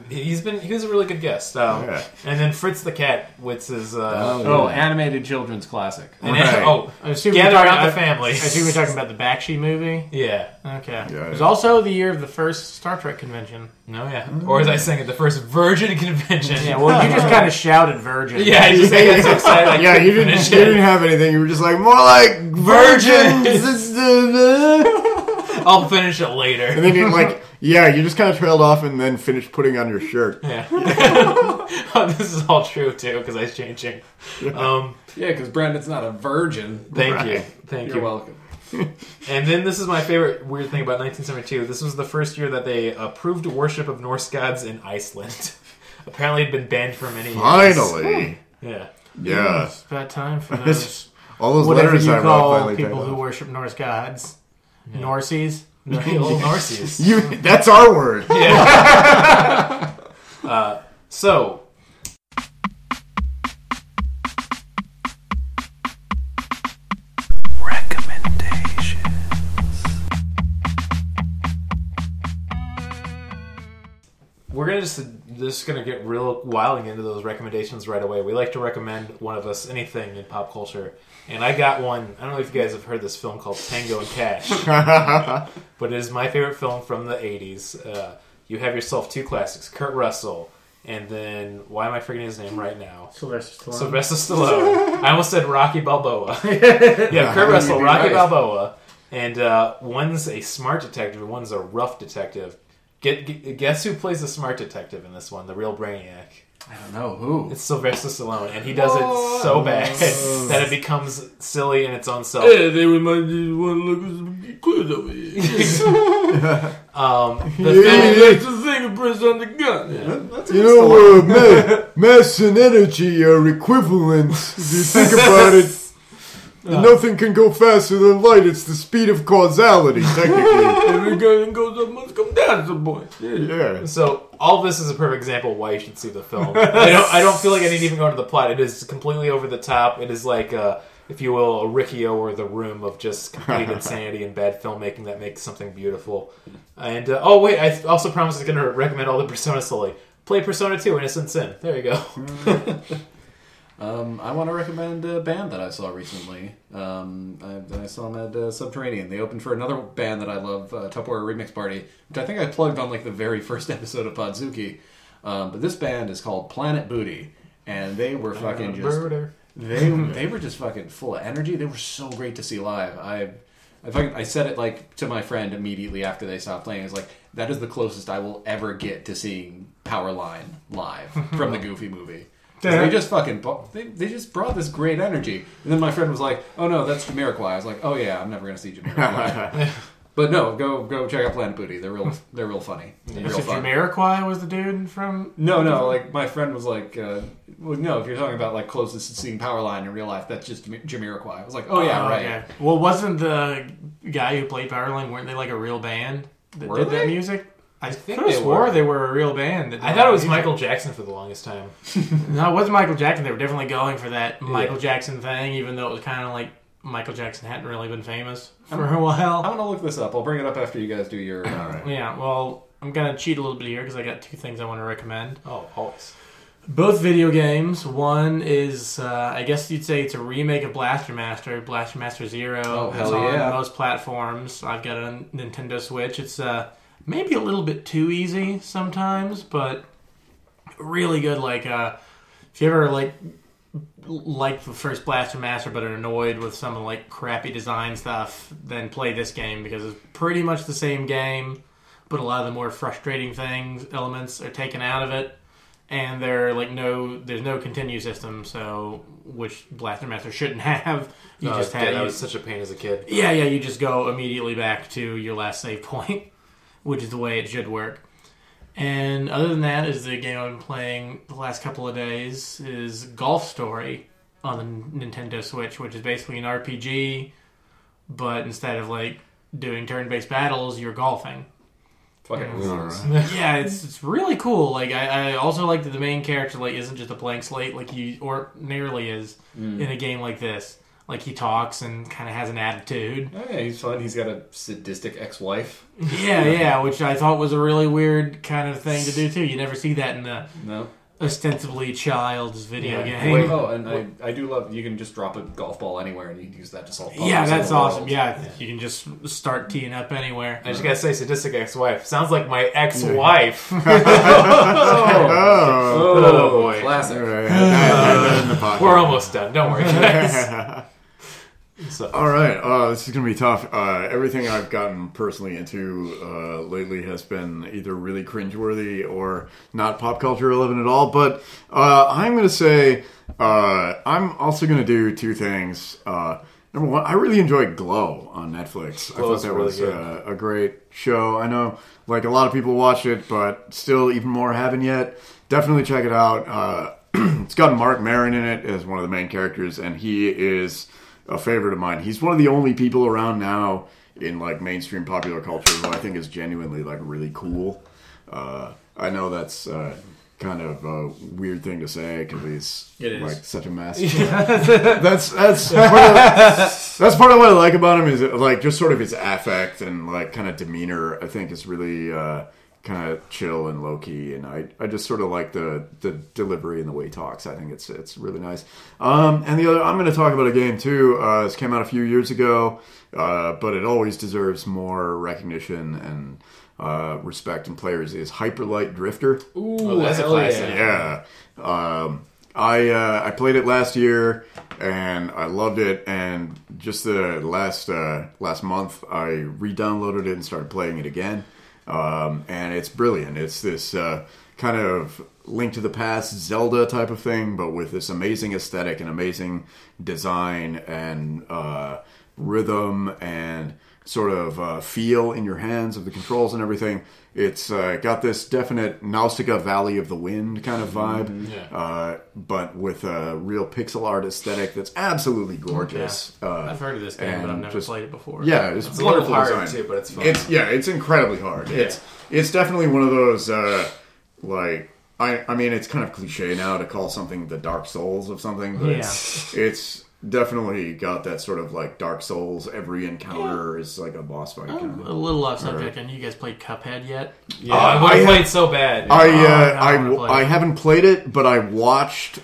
[SPEAKER 4] he's been he was a really good guest. Um,
[SPEAKER 2] Yeah.
[SPEAKER 4] And then Fritz the Cat, which is uh,
[SPEAKER 5] Oh, animated children's classic.
[SPEAKER 4] an-
[SPEAKER 2] right.
[SPEAKER 4] oh
[SPEAKER 3] I assume
[SPEAKER 4] Gather
[SPEAKER 3] we're talking
[SPEAKER 4] around
[SPEAKER 3] about
[SPEAKER 4] the family.
[SPEAKER 3] I assume we're talking about the Bakshi movie.
[SPEAKER 4] yeah,
[SPEAKER 3] Okay.
[SPEAKER 2] Yeah,
[SPEAKER 3] it was
[SPEAKER 2] yeah.
[SPEAKER 3] also the year of the first Star Trek convention.
[SPEAKER 4] no yeah, or as I sang at the first Virgin Convention.
[SPEAKER 3] Yeah, well, you just kind of shouted virgin.
[SPEAKER 4] yeah, I just I got so excited. I
[SPEAKER 2] Yeah,
[SPEAKER 4] couldn't
[SPEAKER 2] you didn't, you
[SPEAKER 4] finish it.
[SPEAKER 2] didn't have anything. You were just like, more like virgins. and
[SPEAKER 4] I'll finish it later.
[SPEAKER 2] then you like, yeah, you just kind of trailed off and then finished putting on your shirt.
[SPEAKER 4] Yeah, this is all true too because I was changing. Um,
[SPEAKER 5] Yeah, because Brandon's not a virgin.
[SPEAKER 4] thank
[SPEAKER 2] Right.
[SPEAKER 4] you, thank
[SPEAKER 5] You're
[SPEAKER 4] you.
[SPEAKER 5] welcome.
[SPEAKER 4] And then this is my favorite weird thing about 1972. This was the first year that they approved worship of Norse gods in Iceland. Apparently, it had been banned for many years.
[SPEAKER 2] Finally,
[SPEAKER 4] Yeah.
[SPEAKER 2] yeah.
[SPEAKER 3] It's about time for those
[SPEAKER 2] All those
[SPEAKER 3] whatever
[SPEAKER 2] letters
[SPEAKER 3] you
[SPEAKER 2] I wrote
[SPEAKER 3] call
[SPEAKER 2] finally paid
[SPEAKER 3] people who
[SPEAKER 2] off.
[SPEAKER 3] worship Norse gods, Norses.
[SPEAKER 4] Old Narcissus.
[SPEAKER 2] You, that's our word.
[SPEAKER 4] So, we're gonna just just gonna get real wilding into those recommendations right away. We like to recommend one of us anything in pop culture, and I got one. I don't know if you guys have heard this film called Tango and Cash. but it is my favorite film from the 80s. Uh, you have yourself two classics Kurt Russell, and then why am I forgetting his name right now?
[SPEAKER 3] Sylvester Stallone.
[SPEAKER 4] Sylvester Stallone. I almost said Rocky Balboa. yeah, Kurt Russell,
[SPEAKER 5] be
[SPEAKER 4] Rocky
[SPEAKER 5] nice.
[SPEAKER 4] Balboa, and uh, one's a smart detective, and one's a rough detective. Get, gu- guess who plays the smart detective in this one? The real brainiac.
[SPEAKER 5] I don't know who.
[SPEAKER 4] It's Sylvester Stallone, and he does it so bad that it becomes silly in its own self.
[SPEAKER 5] they might just want to look at some clues over here.
[SPEAKER 4] Um, the film-
[SPEAKER 5] the fingerprints on the gun.
[SPEAKER 2] You know, uh, ma- mass and energy are equivalent. If you think about it, nothing can go faster than light. It's the speed of causality, technically.
[SPEAKER 5] Every gun goes up must come down at some point.
[SPEAKER 2] yeah.
[SPEAKER 4] So all this is a perfect example of why you should see the film. I don't. I don't feel like I need to even go into the plot. It is completely over the top. It is like uh, if you will, a Riccio or the room of just complete insanity and bad filmmaking that makes something beautiful. And uh, oh wait, I also promised I was going to recommend all the Persona slowly. Play Persona Two: Innocent Sin. There you go.
[SPEAKER 3] Mm,
[SPEAKER 7] Um, I want to recommend a band that I saw recently. Um, I, I saw them at uh, Subterranean. They opened for another band that I love, uh, Tupperware Remix Party, which I think I plugged on like the very first episode of Podzuki. Um, but this band is called Planet Booty, and they were fucking just
[SPEAKER 4] Murder.
[SPEAKER 7] they they were just fucking full of energy. They were so great to see live. I I fucking, I said it like to my friend immediately after they stopped playing. I was like, that is the closest I will ever get to seeing Powerline live from the Goofy movie. 'Cause They just fucking bu- they, they just brought this great energy. And then my friend was like, oh no, that's Jamiroquai. I was like, oh yeah, I'm never gonna see Jamiroquai. but no, go go check out Planet Booty. They're real they're real funny. They're
[SPEAKER 3] Is
[SPEAKER 7] real
[SPEAKER 3] it
[SPEAKER 7] fun.
[SPEAKER 3] Jamiroquai was the dude from?
[SPEAKER 7] No, no. Like my friend was like, uh, well, no. If you're talking about like closest to seeing Powerline in real life, that's just Jami- Jamiroquai. I was like, oh yeah,
[SPEAKER 3] Oh,
[SPEAKER 7] right.
[SPEAKER 3] okay. Well, wasn't the guy who played Powerline weren't they like a real band that
[SPEAKER 7] Were
[SPEAKER 3] did
[SPEAKER 7] they?
[SPEAKER 3] that music? I
[SPEAKER 4] think
[SPEAKER 3] could have
[SPEAKER 4] they
[SPEAKER 3] swore
[SPEAKER 4] were.
[SPEAKER 3] they were a real band. that did
[SPEAKER 4] I thought
[SPEAKER 3] that
[SPEAKER 4] it was
[SPEAKER 3] music.
[SPEAKER 4] Michael Jackson for the longest time.
[SPEAKER 3] No, it wasn't Michael Jackson. They were definitely going for that Michael Jackson thing, even though it was kind of like Michael Jackson hadn't really been famous for a while.
[SPEAKER 7] I'm gonna look this up. I'll bring it up after you guys do your. Uh,
[SPEAKER 3] Yeah, well, I'm gonna cheat a little bit here because I got two things I want to recommend.
[SPEAKER 4] Oh, always.
[SPEAKER 3] Both video games. One is, uh, I guess you'd say it's a remake of Blaster Master, Blaster Master Zero.
[SPEAKER 7] Oh,
[SPEAKER 3] it's
[SPEAKER 7] hell
[SPEAKER 3] on
[SPEAKER 7] yeah.
[SPEAKER 3] most platforms. I've got a Nintendo Switch. It's uh, maybe a little bit too easy sometimes, but really good. Like, uh, if you ever like like the first Blaster Master, but are annoyed with some of the, like crappy design stuff, then play this game because it's pretty much the same game, but a lot of the more frustrating things elements are taken out of it, and there are like no there's no continue system, so which Blaster Master shouldn't have. You
[SPEAKER 4] No,
[SPEAKER 3] just
[SPEAKER 4] damn,
[SPEAKER 3] had
[SPEAKER 4] that
[SPEAKER 3] you-
[SPEAKER 4] was such a pain as a kid.
[SPEAKER 3] yeah, yeah, you just go immediately back to your last save point, which is the way it should work. And other than that, is the game I've been playing the last couple of days is Golf Story on the Nintendo Switch, which is basically an RPG, but instead of like doing turn-based battles, you're golfing.
[SPEAKER 7] fucking rules.
[SPEAKER 3] yeah, it's it's really cool. Like I, I also like that the main character like isn't just a blank slate like he ordinarily is in a game like this. Like he talks and kind of has an attitude.
[SPEAKER 7] Oh yeah, he's fun. He's got a sadistic ex-wife.
[SPEAKER 3] Yeah, yeah, which I thought was a really weird kind of thing to do too. You never see that in the
[SPEAKER 7] No.
[SPEAKER 3] ostensibly child's video game.
[SPEAKER 7] Wait, oh, and I, I do love you can just drop a golf ball anywhere and you can use that to solve puzzles.
[SPEAKER 3] yeah,
[SPEAKER 7] in
[SPEAKER 3] that's
[SPEAKER 7] the world.
[SPEAKER 3] awesome. Yeah, you can just start teeing up anywhere.
[SPEAKER 4] I just gotta say, sadistic ex-wife sounds like my ex-wife.
[SPEAKER 2] Oh,
[SPEAKER 4] Oh, boy.
[SPEAKER 7] Classic.
[SPEAKER 2] all right. I had that in the pocket.
[SPEAKER 4] We're almost done. Don't worry, guys.
[SPEAKER 2] All right, uh, this is going to be tough. Uh, everything I've gotten personally into uh, lately has been either really cringeworthy or not pop culture relevant at all. But uh, I'm going to say uh, I'm also going to do two things. Uh, number one, I really enjoyed Glow on Netflix. I thought
[SPEAKER 4] Glow's
[SPEAKER 2] that
[SPEAKER 4] really
[SPEAKER 2] was
[SPEAKER 4] good.
[SPEAKER 2] uh, a great show. I know like a lot of people watch it, but still, even more haven't yet. Definitely check it out. Uh, it's got Mark Maron in it as one of the main characters, and he is a favorite of mine. He's one of the only people around now in like mainstream popular culture who I think is genuinely like really cool. Uh, I know that's uh, kind of a weird thing to say because he's
[SPEAKER 3] It is.
[SPEAKER 2] like such a mess. that's that's part of, that's part of what I like about him is like just sort of his affect and like kind of demeanor. I think is really uh, kind of chill and low key, and I, I just sort of like the the delivery and the way he talks. I think it's it's really nice. Um, and the other I'm going to talk about a game too. Uh, this came out a few years ago, uh, but it always deserves more recognition and. Uh, respect and players is Hyperlight Drifter.
[SPEAKER 4] Oh, that's a
[SPEAKER 7] hell yeah.
[SPEAKER 4] classic.
[SPEAKER 2] Yeah. Um, I uh, I played it last year and I loved it. And just the last uh, last month, I re-downloaded it and started playing it again. Um, and it's brilliant. It's this uh, kind of Link to the Past Zelda type of thing, but with this amazing aesthetic and amazing design and uh, rhythm and sort of uh, feel in your hands of the controls and everything. It's uh, got this definite Nausicaa Valley of the Wind kind of vibe, uh, but with a real pixel art aesthetic that's absolutely gorgeous. Uh,
[SPEAKER 3] I've heard of this game, but I've
[SPEAKER 2] and
[SPEAKER 3] never
[SPEAKER 2] just-
[SPEAKER 3] played it before.
[SPEAKER 2] Yeah, it's,
[SPEAKER 4] a little
[SPEAKER 2] wonderful
[SPEAKER 4] hard,
[SPEAKER 2] design.
[SPEAKER 4] too, but it's fun.
[SPEAKER 2] It's yeah, it's incredibly hard. It's it's definitely one of those uh, like I I mean it's kind of cliche now to call something the Dark Souls of something, but it's it's definitely got that sort of like Dark Souls. Every encounter is like a boss fight.
[SPEAKER 3] A
[SPEAKER 2] Kind of.
[SPEAKER 3] little off subject, and you guys played Cuphead yet?
[SPEAKER 4] Oh,
[SPEAKER 2] I
[SPEAKER 4] I would
[SPEAKER 2] have-
[SPEAKER 4] have played so bad.
[SPEAKER 2] I,
[SPEAKER 3] Oh, God,
[SPEAKER 2] uh,
[SPEAKER 3] I wanna play.
[SPEAKER 2] I, I haven't played it, but I watched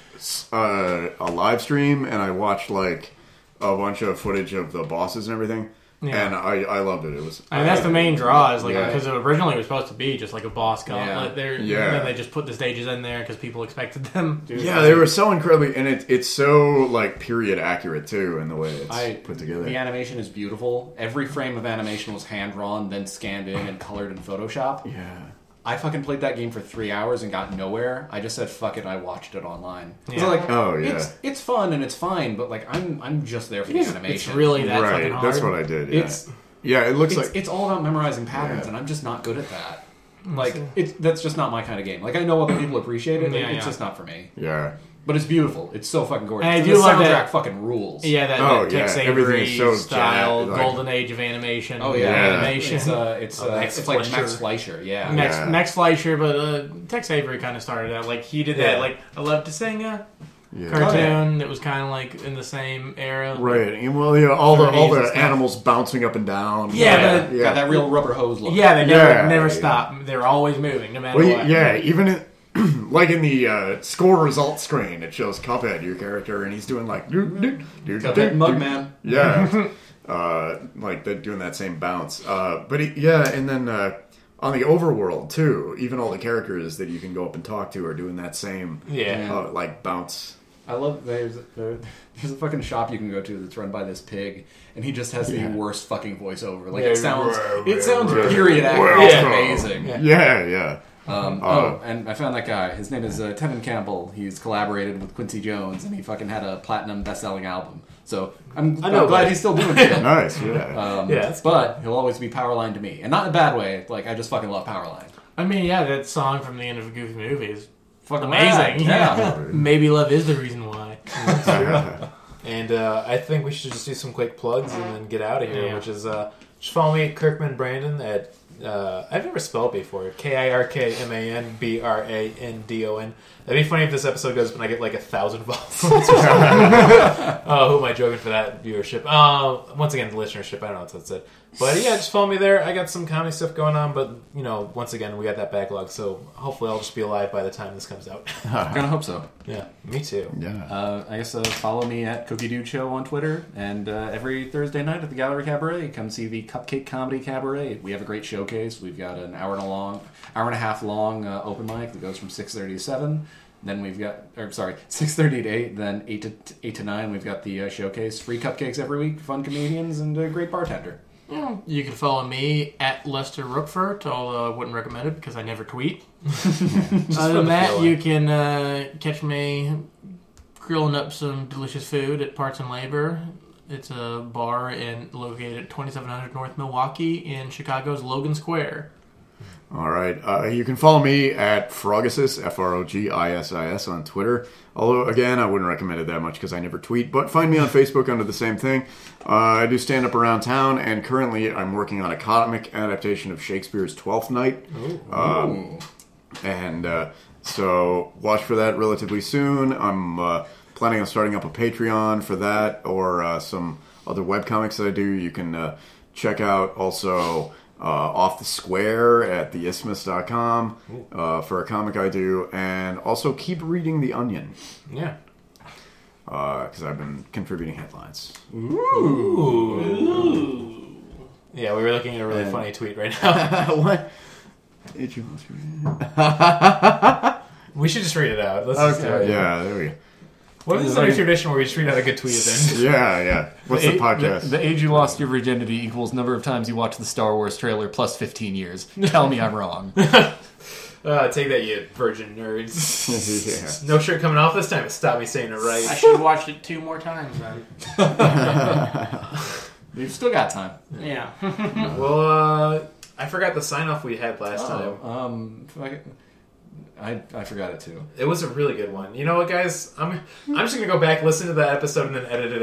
[SPEAKER 2] uh, a live stream and I watched like a bunch of footage of the bosses and everything,
[SPEAKER 3] Yeah.
[SPEAKER 2] and I, I loved it. It was
[SPEAKER 3] I mean, that's the main draw is like
[SPEAKER 2] Yeah.
[SPEAKER 3] because originally it was supposed to be just like a boss gauntlet.
[SPEAKER 7] Yeah.
[SPEAKER 3] There,
[SPEAKER 2] Yeah.
[SPEAKER 3] and then they just put the stages in there because people expected them.
[SPEAKER 2] yeah, they were so incredibly, and it, it's so like period accurate too in the way it's
[SPEAKER 7] I-
[SPEAKER 2] put together.
[SPEAKER 7] The animation is beautiful. Every frame of animation was hand drawn, then scanned in and colored in Photoshop.
[SPEAKER 2] Yeah.
[SPEAKER 7] I fucking played that game for three hours and got nowhere. I just said fuck it. I watched it online. It's
[SPEAKER 3] Yeah.
[SPEAKER 7] like,
[SPEAKER 2] Oh, yeah.
[SPEAKER 7] it's it's fun and it's fine, but like I'm I'm just there for the animation.
[SPEAKER 3] It's really that
[SPEAKER 2] right,
[SPEAKER 3] fucking hard.
[SPEAKER 2] that's what I did. Yeah,
[SPEAKER 7] It's-
[SPEAKER 2] yeah it looks
[SPEAKER 7] it's,
[SPEAKER 2] like
[SPEAKER 7] it's all about memorizing patterns,
[SPEAKER 2] Yeah.
[SPEAKER 7] and I'm just not good at that. Like it's that's just not my kind of game. Like I know other people appreciate it,
[SPEAKER 3] Yeah,
[SPEAKER 7] it's
[SPEAKER 3] yeah.
[SPEAKER 7] just not for me.
[SPEAKER 2] yeah.
[SPEAKER 7] But it's beautiful. It's so fucking gorgeous.
[SPEAKER 3] And I
[SPEAKER 7] And
[SPEAKER 3] do
[SPEAKER 7] the
[SPEAKER 3] love
[SPEAKER 7] soundtrack
[SPEAKER 3] that-
[SPEAKER 7] fucking rules.
[SPEAKER 3] Yeah, that,
[SPEAKER 2] Oh,
[SPEAKER 3] that
[SPEAKER 2] yeah,
[SPEAKER 3] Tex
[SPEAKER 2] everything
[SPEAKER 3] Avery
[SPEAKER 2] is so
[SPEAKER 3] style,
[SPEAKER 2] jacked, like-
[SPEAKER 3] golden age of animation.
[SPEAKER 7] Oh yeah,
[SPEAKER 2] Yeah.
[SPEAKER 3] animation.
[SPEAKER 7] It's uh, it's, uh,
[SPEAKER 4] Max
[SPEAKER 7] it's like
[SPEAKER 4] Fleischer.
[SPEAKER 7] Max Fleischer. Yeah.
[SPEAKER 3] Oh, uh, Max,
[SPEAKER 2] Yeah.
[SPEAKER 3] Max Fleischer, but uh, Tex Avery kind of started out. Like he did that.
[SPEAKER 4] Yeah.
[SPEAKER 3] Like I love to sing a
[SPEAKER 2] Yeah.
[SPEAKER 3] cartoon
[SPEAKER 7] Oh,
[SPEAKER 3] that was kind of like in the same era.
[SPEAKER 2] Right. And well, yeah, all the all
[SPEAKER 3] 30s and
[SPEAKER 2] the
[SPEAKER 3] stuff.
[SPEAKER 2] animals bouncing up and down.
[SPEAKER 3] Yeah,
[SPEAKER 2] yeah.
[SPEAKER 3] but-
[SPEAKER 7] Got that real rubber hose look.
[SPEAKER 3] Yeah, they never
[SPEAKER 2] Yeah,
[SPEAKER 3] never
[SPEAKER 2] yeah.
[SPEAKER 3] stop. They're always moving, no matter
[SPEAKER 2] Well,
[SPEAKER 3] what.
[SPEAKER 2] y- yeah, even in, like in the uh, score result screen, it shows Cuphead, your character, and he's doing like doot, doot, doot, doot,
[SPEAKER 7] Cuphead
[SPEAKER 2] doot.
[SPEAKER 7] Mugman.
[SPEAKER 2] Yeah, uh, like they're doing that same bounce. Uh, but he, yeah, and then uh, on the overworld too, even all the characters that you can go up and talk to are doing that same
[SPEAKER 4] Yeah.
[SPEAKER 2] uh, like bounce.
[SPEAKER 7] I love there's there, there's a fucking shop you can go to that's run by this pig, and he just has the worst fucking voiceover. Like it sounds it sounds period accurate. It's
[SPEAKER 2] Welcome.
[SPEAKER 7] amazing.
[SPEAKER 2] Yeah, yeah.
[SPEAKER 7] Um, oh, and I found that guy. His name is uh, Tevin Campbell. He's collaborated with Quincy Jones, and he fucking had a platinum best-selling album. So I'm,
[SPEAKER 4] know,
[SPEAKER 7] I'm glad
[SPEAKER 4] buddy.
[SPEAKER 7] he's still doing shit.
[SPEAKER 2] Nice, yeah.
[SPEAKER 7] Um,
[SPEAKER 4] Yeah, that's
[SPEAKER 7] but he'll always be Powerline to me, and not in a bad way. Like I just fucking love Powerline.
[SPEAKER 3] I mean, yeah, that song from the end of a Goofy movie is
[SPEAKER 7] Fucking rad.
[SPEAKER 3] amazing.
[SPEAKER 7] Yeah.
[SPEAKER 3] maybe love is the reason why.
[SPEAKER 2] yeah.
[SPEAKER 4] And uh, I think we should just do some quick plugs and then get out of here,
[SPEAKER 3] Yeah.
[SPEAKER 4] which is uh, just follow me, Kirkman Brandon, at uh, I've never spelled before K I R K M A N B R A N D O N. That'd be funny if this episode goes when I get like a thousand votes. or something. uh, who am I joking for that viewership? Uh, once again, the listenership. I don't know what that said, but yeah, just follow me there. I got some comedy stuff going on, but you know, once again, we got that backlog, so hopefully, I'll just be alive by the time this comes out.
[SPEAKER 7] I'm gonna hope so.
[SPEAKER 4] yeah, me too.
[SPEAKER 2] yeah.
[SPEAKER 7] Uh, I guess uh, follow me at Cookie Dude Show on Twitter, and uh, every Thursday night at the Gallery Cabaret, come see the Cupcake Comedy Cabaret. We have a great showcase. We've got an hour and a long, hour and a half long uh, open mic that goes from six thirty to seven. Then we've got, or sorry, six thirty to eight. Then eight to eight to nine, we've got the uh, showcase. Free cupcakes every week, fun comedians, and a great bartender.
[SPEAKER 3] You can follow me at Lester Rookfort, although I uh, wouldn't recommend it because I never tweet. Other
[SPEAKER 4] for
[SPEAKER 3] than
[SPEAKER 4] the
[SPEAKER 3] that,
[SPEAKER 4] filler.
[SPEAKER 3] you can uh, catch me grilling up some delicious food at Parts and Labor. It's a bar in located at 2700 North Milwaukee in Chicago's Logan Square.
[SPEAKER 2] All right. Uh, you can follow me at Frogisis, F R O G I S I S, on Twitter. Although, again, I wouldn't recommend it that much because I never tweet, but find me on Facebook under the same thing. Uh, I do stand up around town, and currently I'm working on a comic adaptation of Shakespeare's Twelfth Night. Um, and uh, so watch for that relatively soon. I'm uh, planning on starting up a Patreon for that or uh, some other webcomics that I do. You can uh, check out also uh, Off the Square at theisthmus.com uh, for a comic I do. And also keep reading The Onion
[SPEAKER 4] Yeah.
[SPEAKER 2] because I've been contributing headlines.
[SPEAKER 4] Yeah, we were looking at a really funny tweet right now.
[SPEAKER 2] what?
[SPEAKER 4] we should just read it out. Let's just do it.
[SPEAKER 2] Yeah, there we go.
[SPEAKER 4] What is this new tradition where we just read out a good tweet at the end?
[SPEAKER 2] Yeah, yeah. What's the podcast?
[SPEAKER 5] The, age you lost your virginity equals number of times you watched the Star Wars trailer plus 15 years. Tell me I'm wrong.
[SPEAKER 4] Uh, take that, you virgin nerds.
[SPEAKER 2] Yeah.
[SPEAKER 4] No shirt coming off this time. It stopped me saying it right.
[SPEAKER 3] should have watched it two more times then.
[SPEAKER 7] We've still got time.
[SPEAKER 3] Yeah.
[SPEAKER 4] Well, uh, I forgot the sign off we had last time.
[SPEAKER 7] Um, I, I, I forgot it too.
[SPEAKER 4] It was a really good one. You know what, guys? I'm I'm just gonna go back, listen to that episode, and then edit it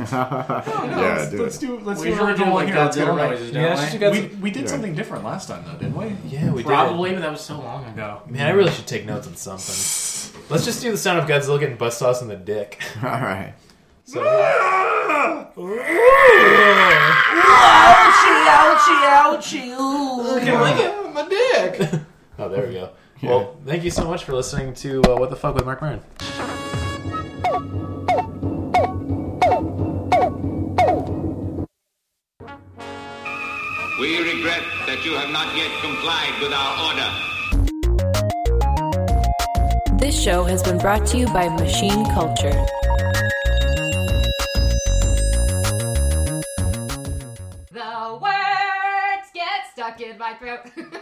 [SPEAKER 2] yeah,
[SPEAKER 7] let's,
[SPEAKER 2] do
[SPEAKER 7] let's
[SPEAKER 2] it.
[SPEAKER 7] do let's
[SPEAKER 3] We
[SPEAKER 7] do
[SPEAKER 3] usually do
[SPEAKER 7] original
[SPEAKER 3] like
[SPEAKER 7] here. Let's
[SPEAKER 3] Godzilla
[SPEAKER 7] go right.
[SPEAKER 3] noises, don't Yeah, we? it's just you
[SPEAKER 7] we, we did something different last time though, didn't we?
[SPEAKER 4] yeah, we
[SPEAKER 3] Probably, but that was so long ago.
[SPEAKER 4] Man, I really should take notes on something. Let's just do the sound of Godzilla getting bust sauce in the dick.
[SPEAKER 2] All right.
[SPEAKER 4] So my dick. oh, there we go. Well, thank you so much for listening to uh, What the Fuck with Mark Maron.
[SPEAKER 9] We regret that you have not yet complied with our order.
[SPEAKER 10] This show has been brought to you by Machine Culture.
[SPEAKER 11] The words get stuck in my throat.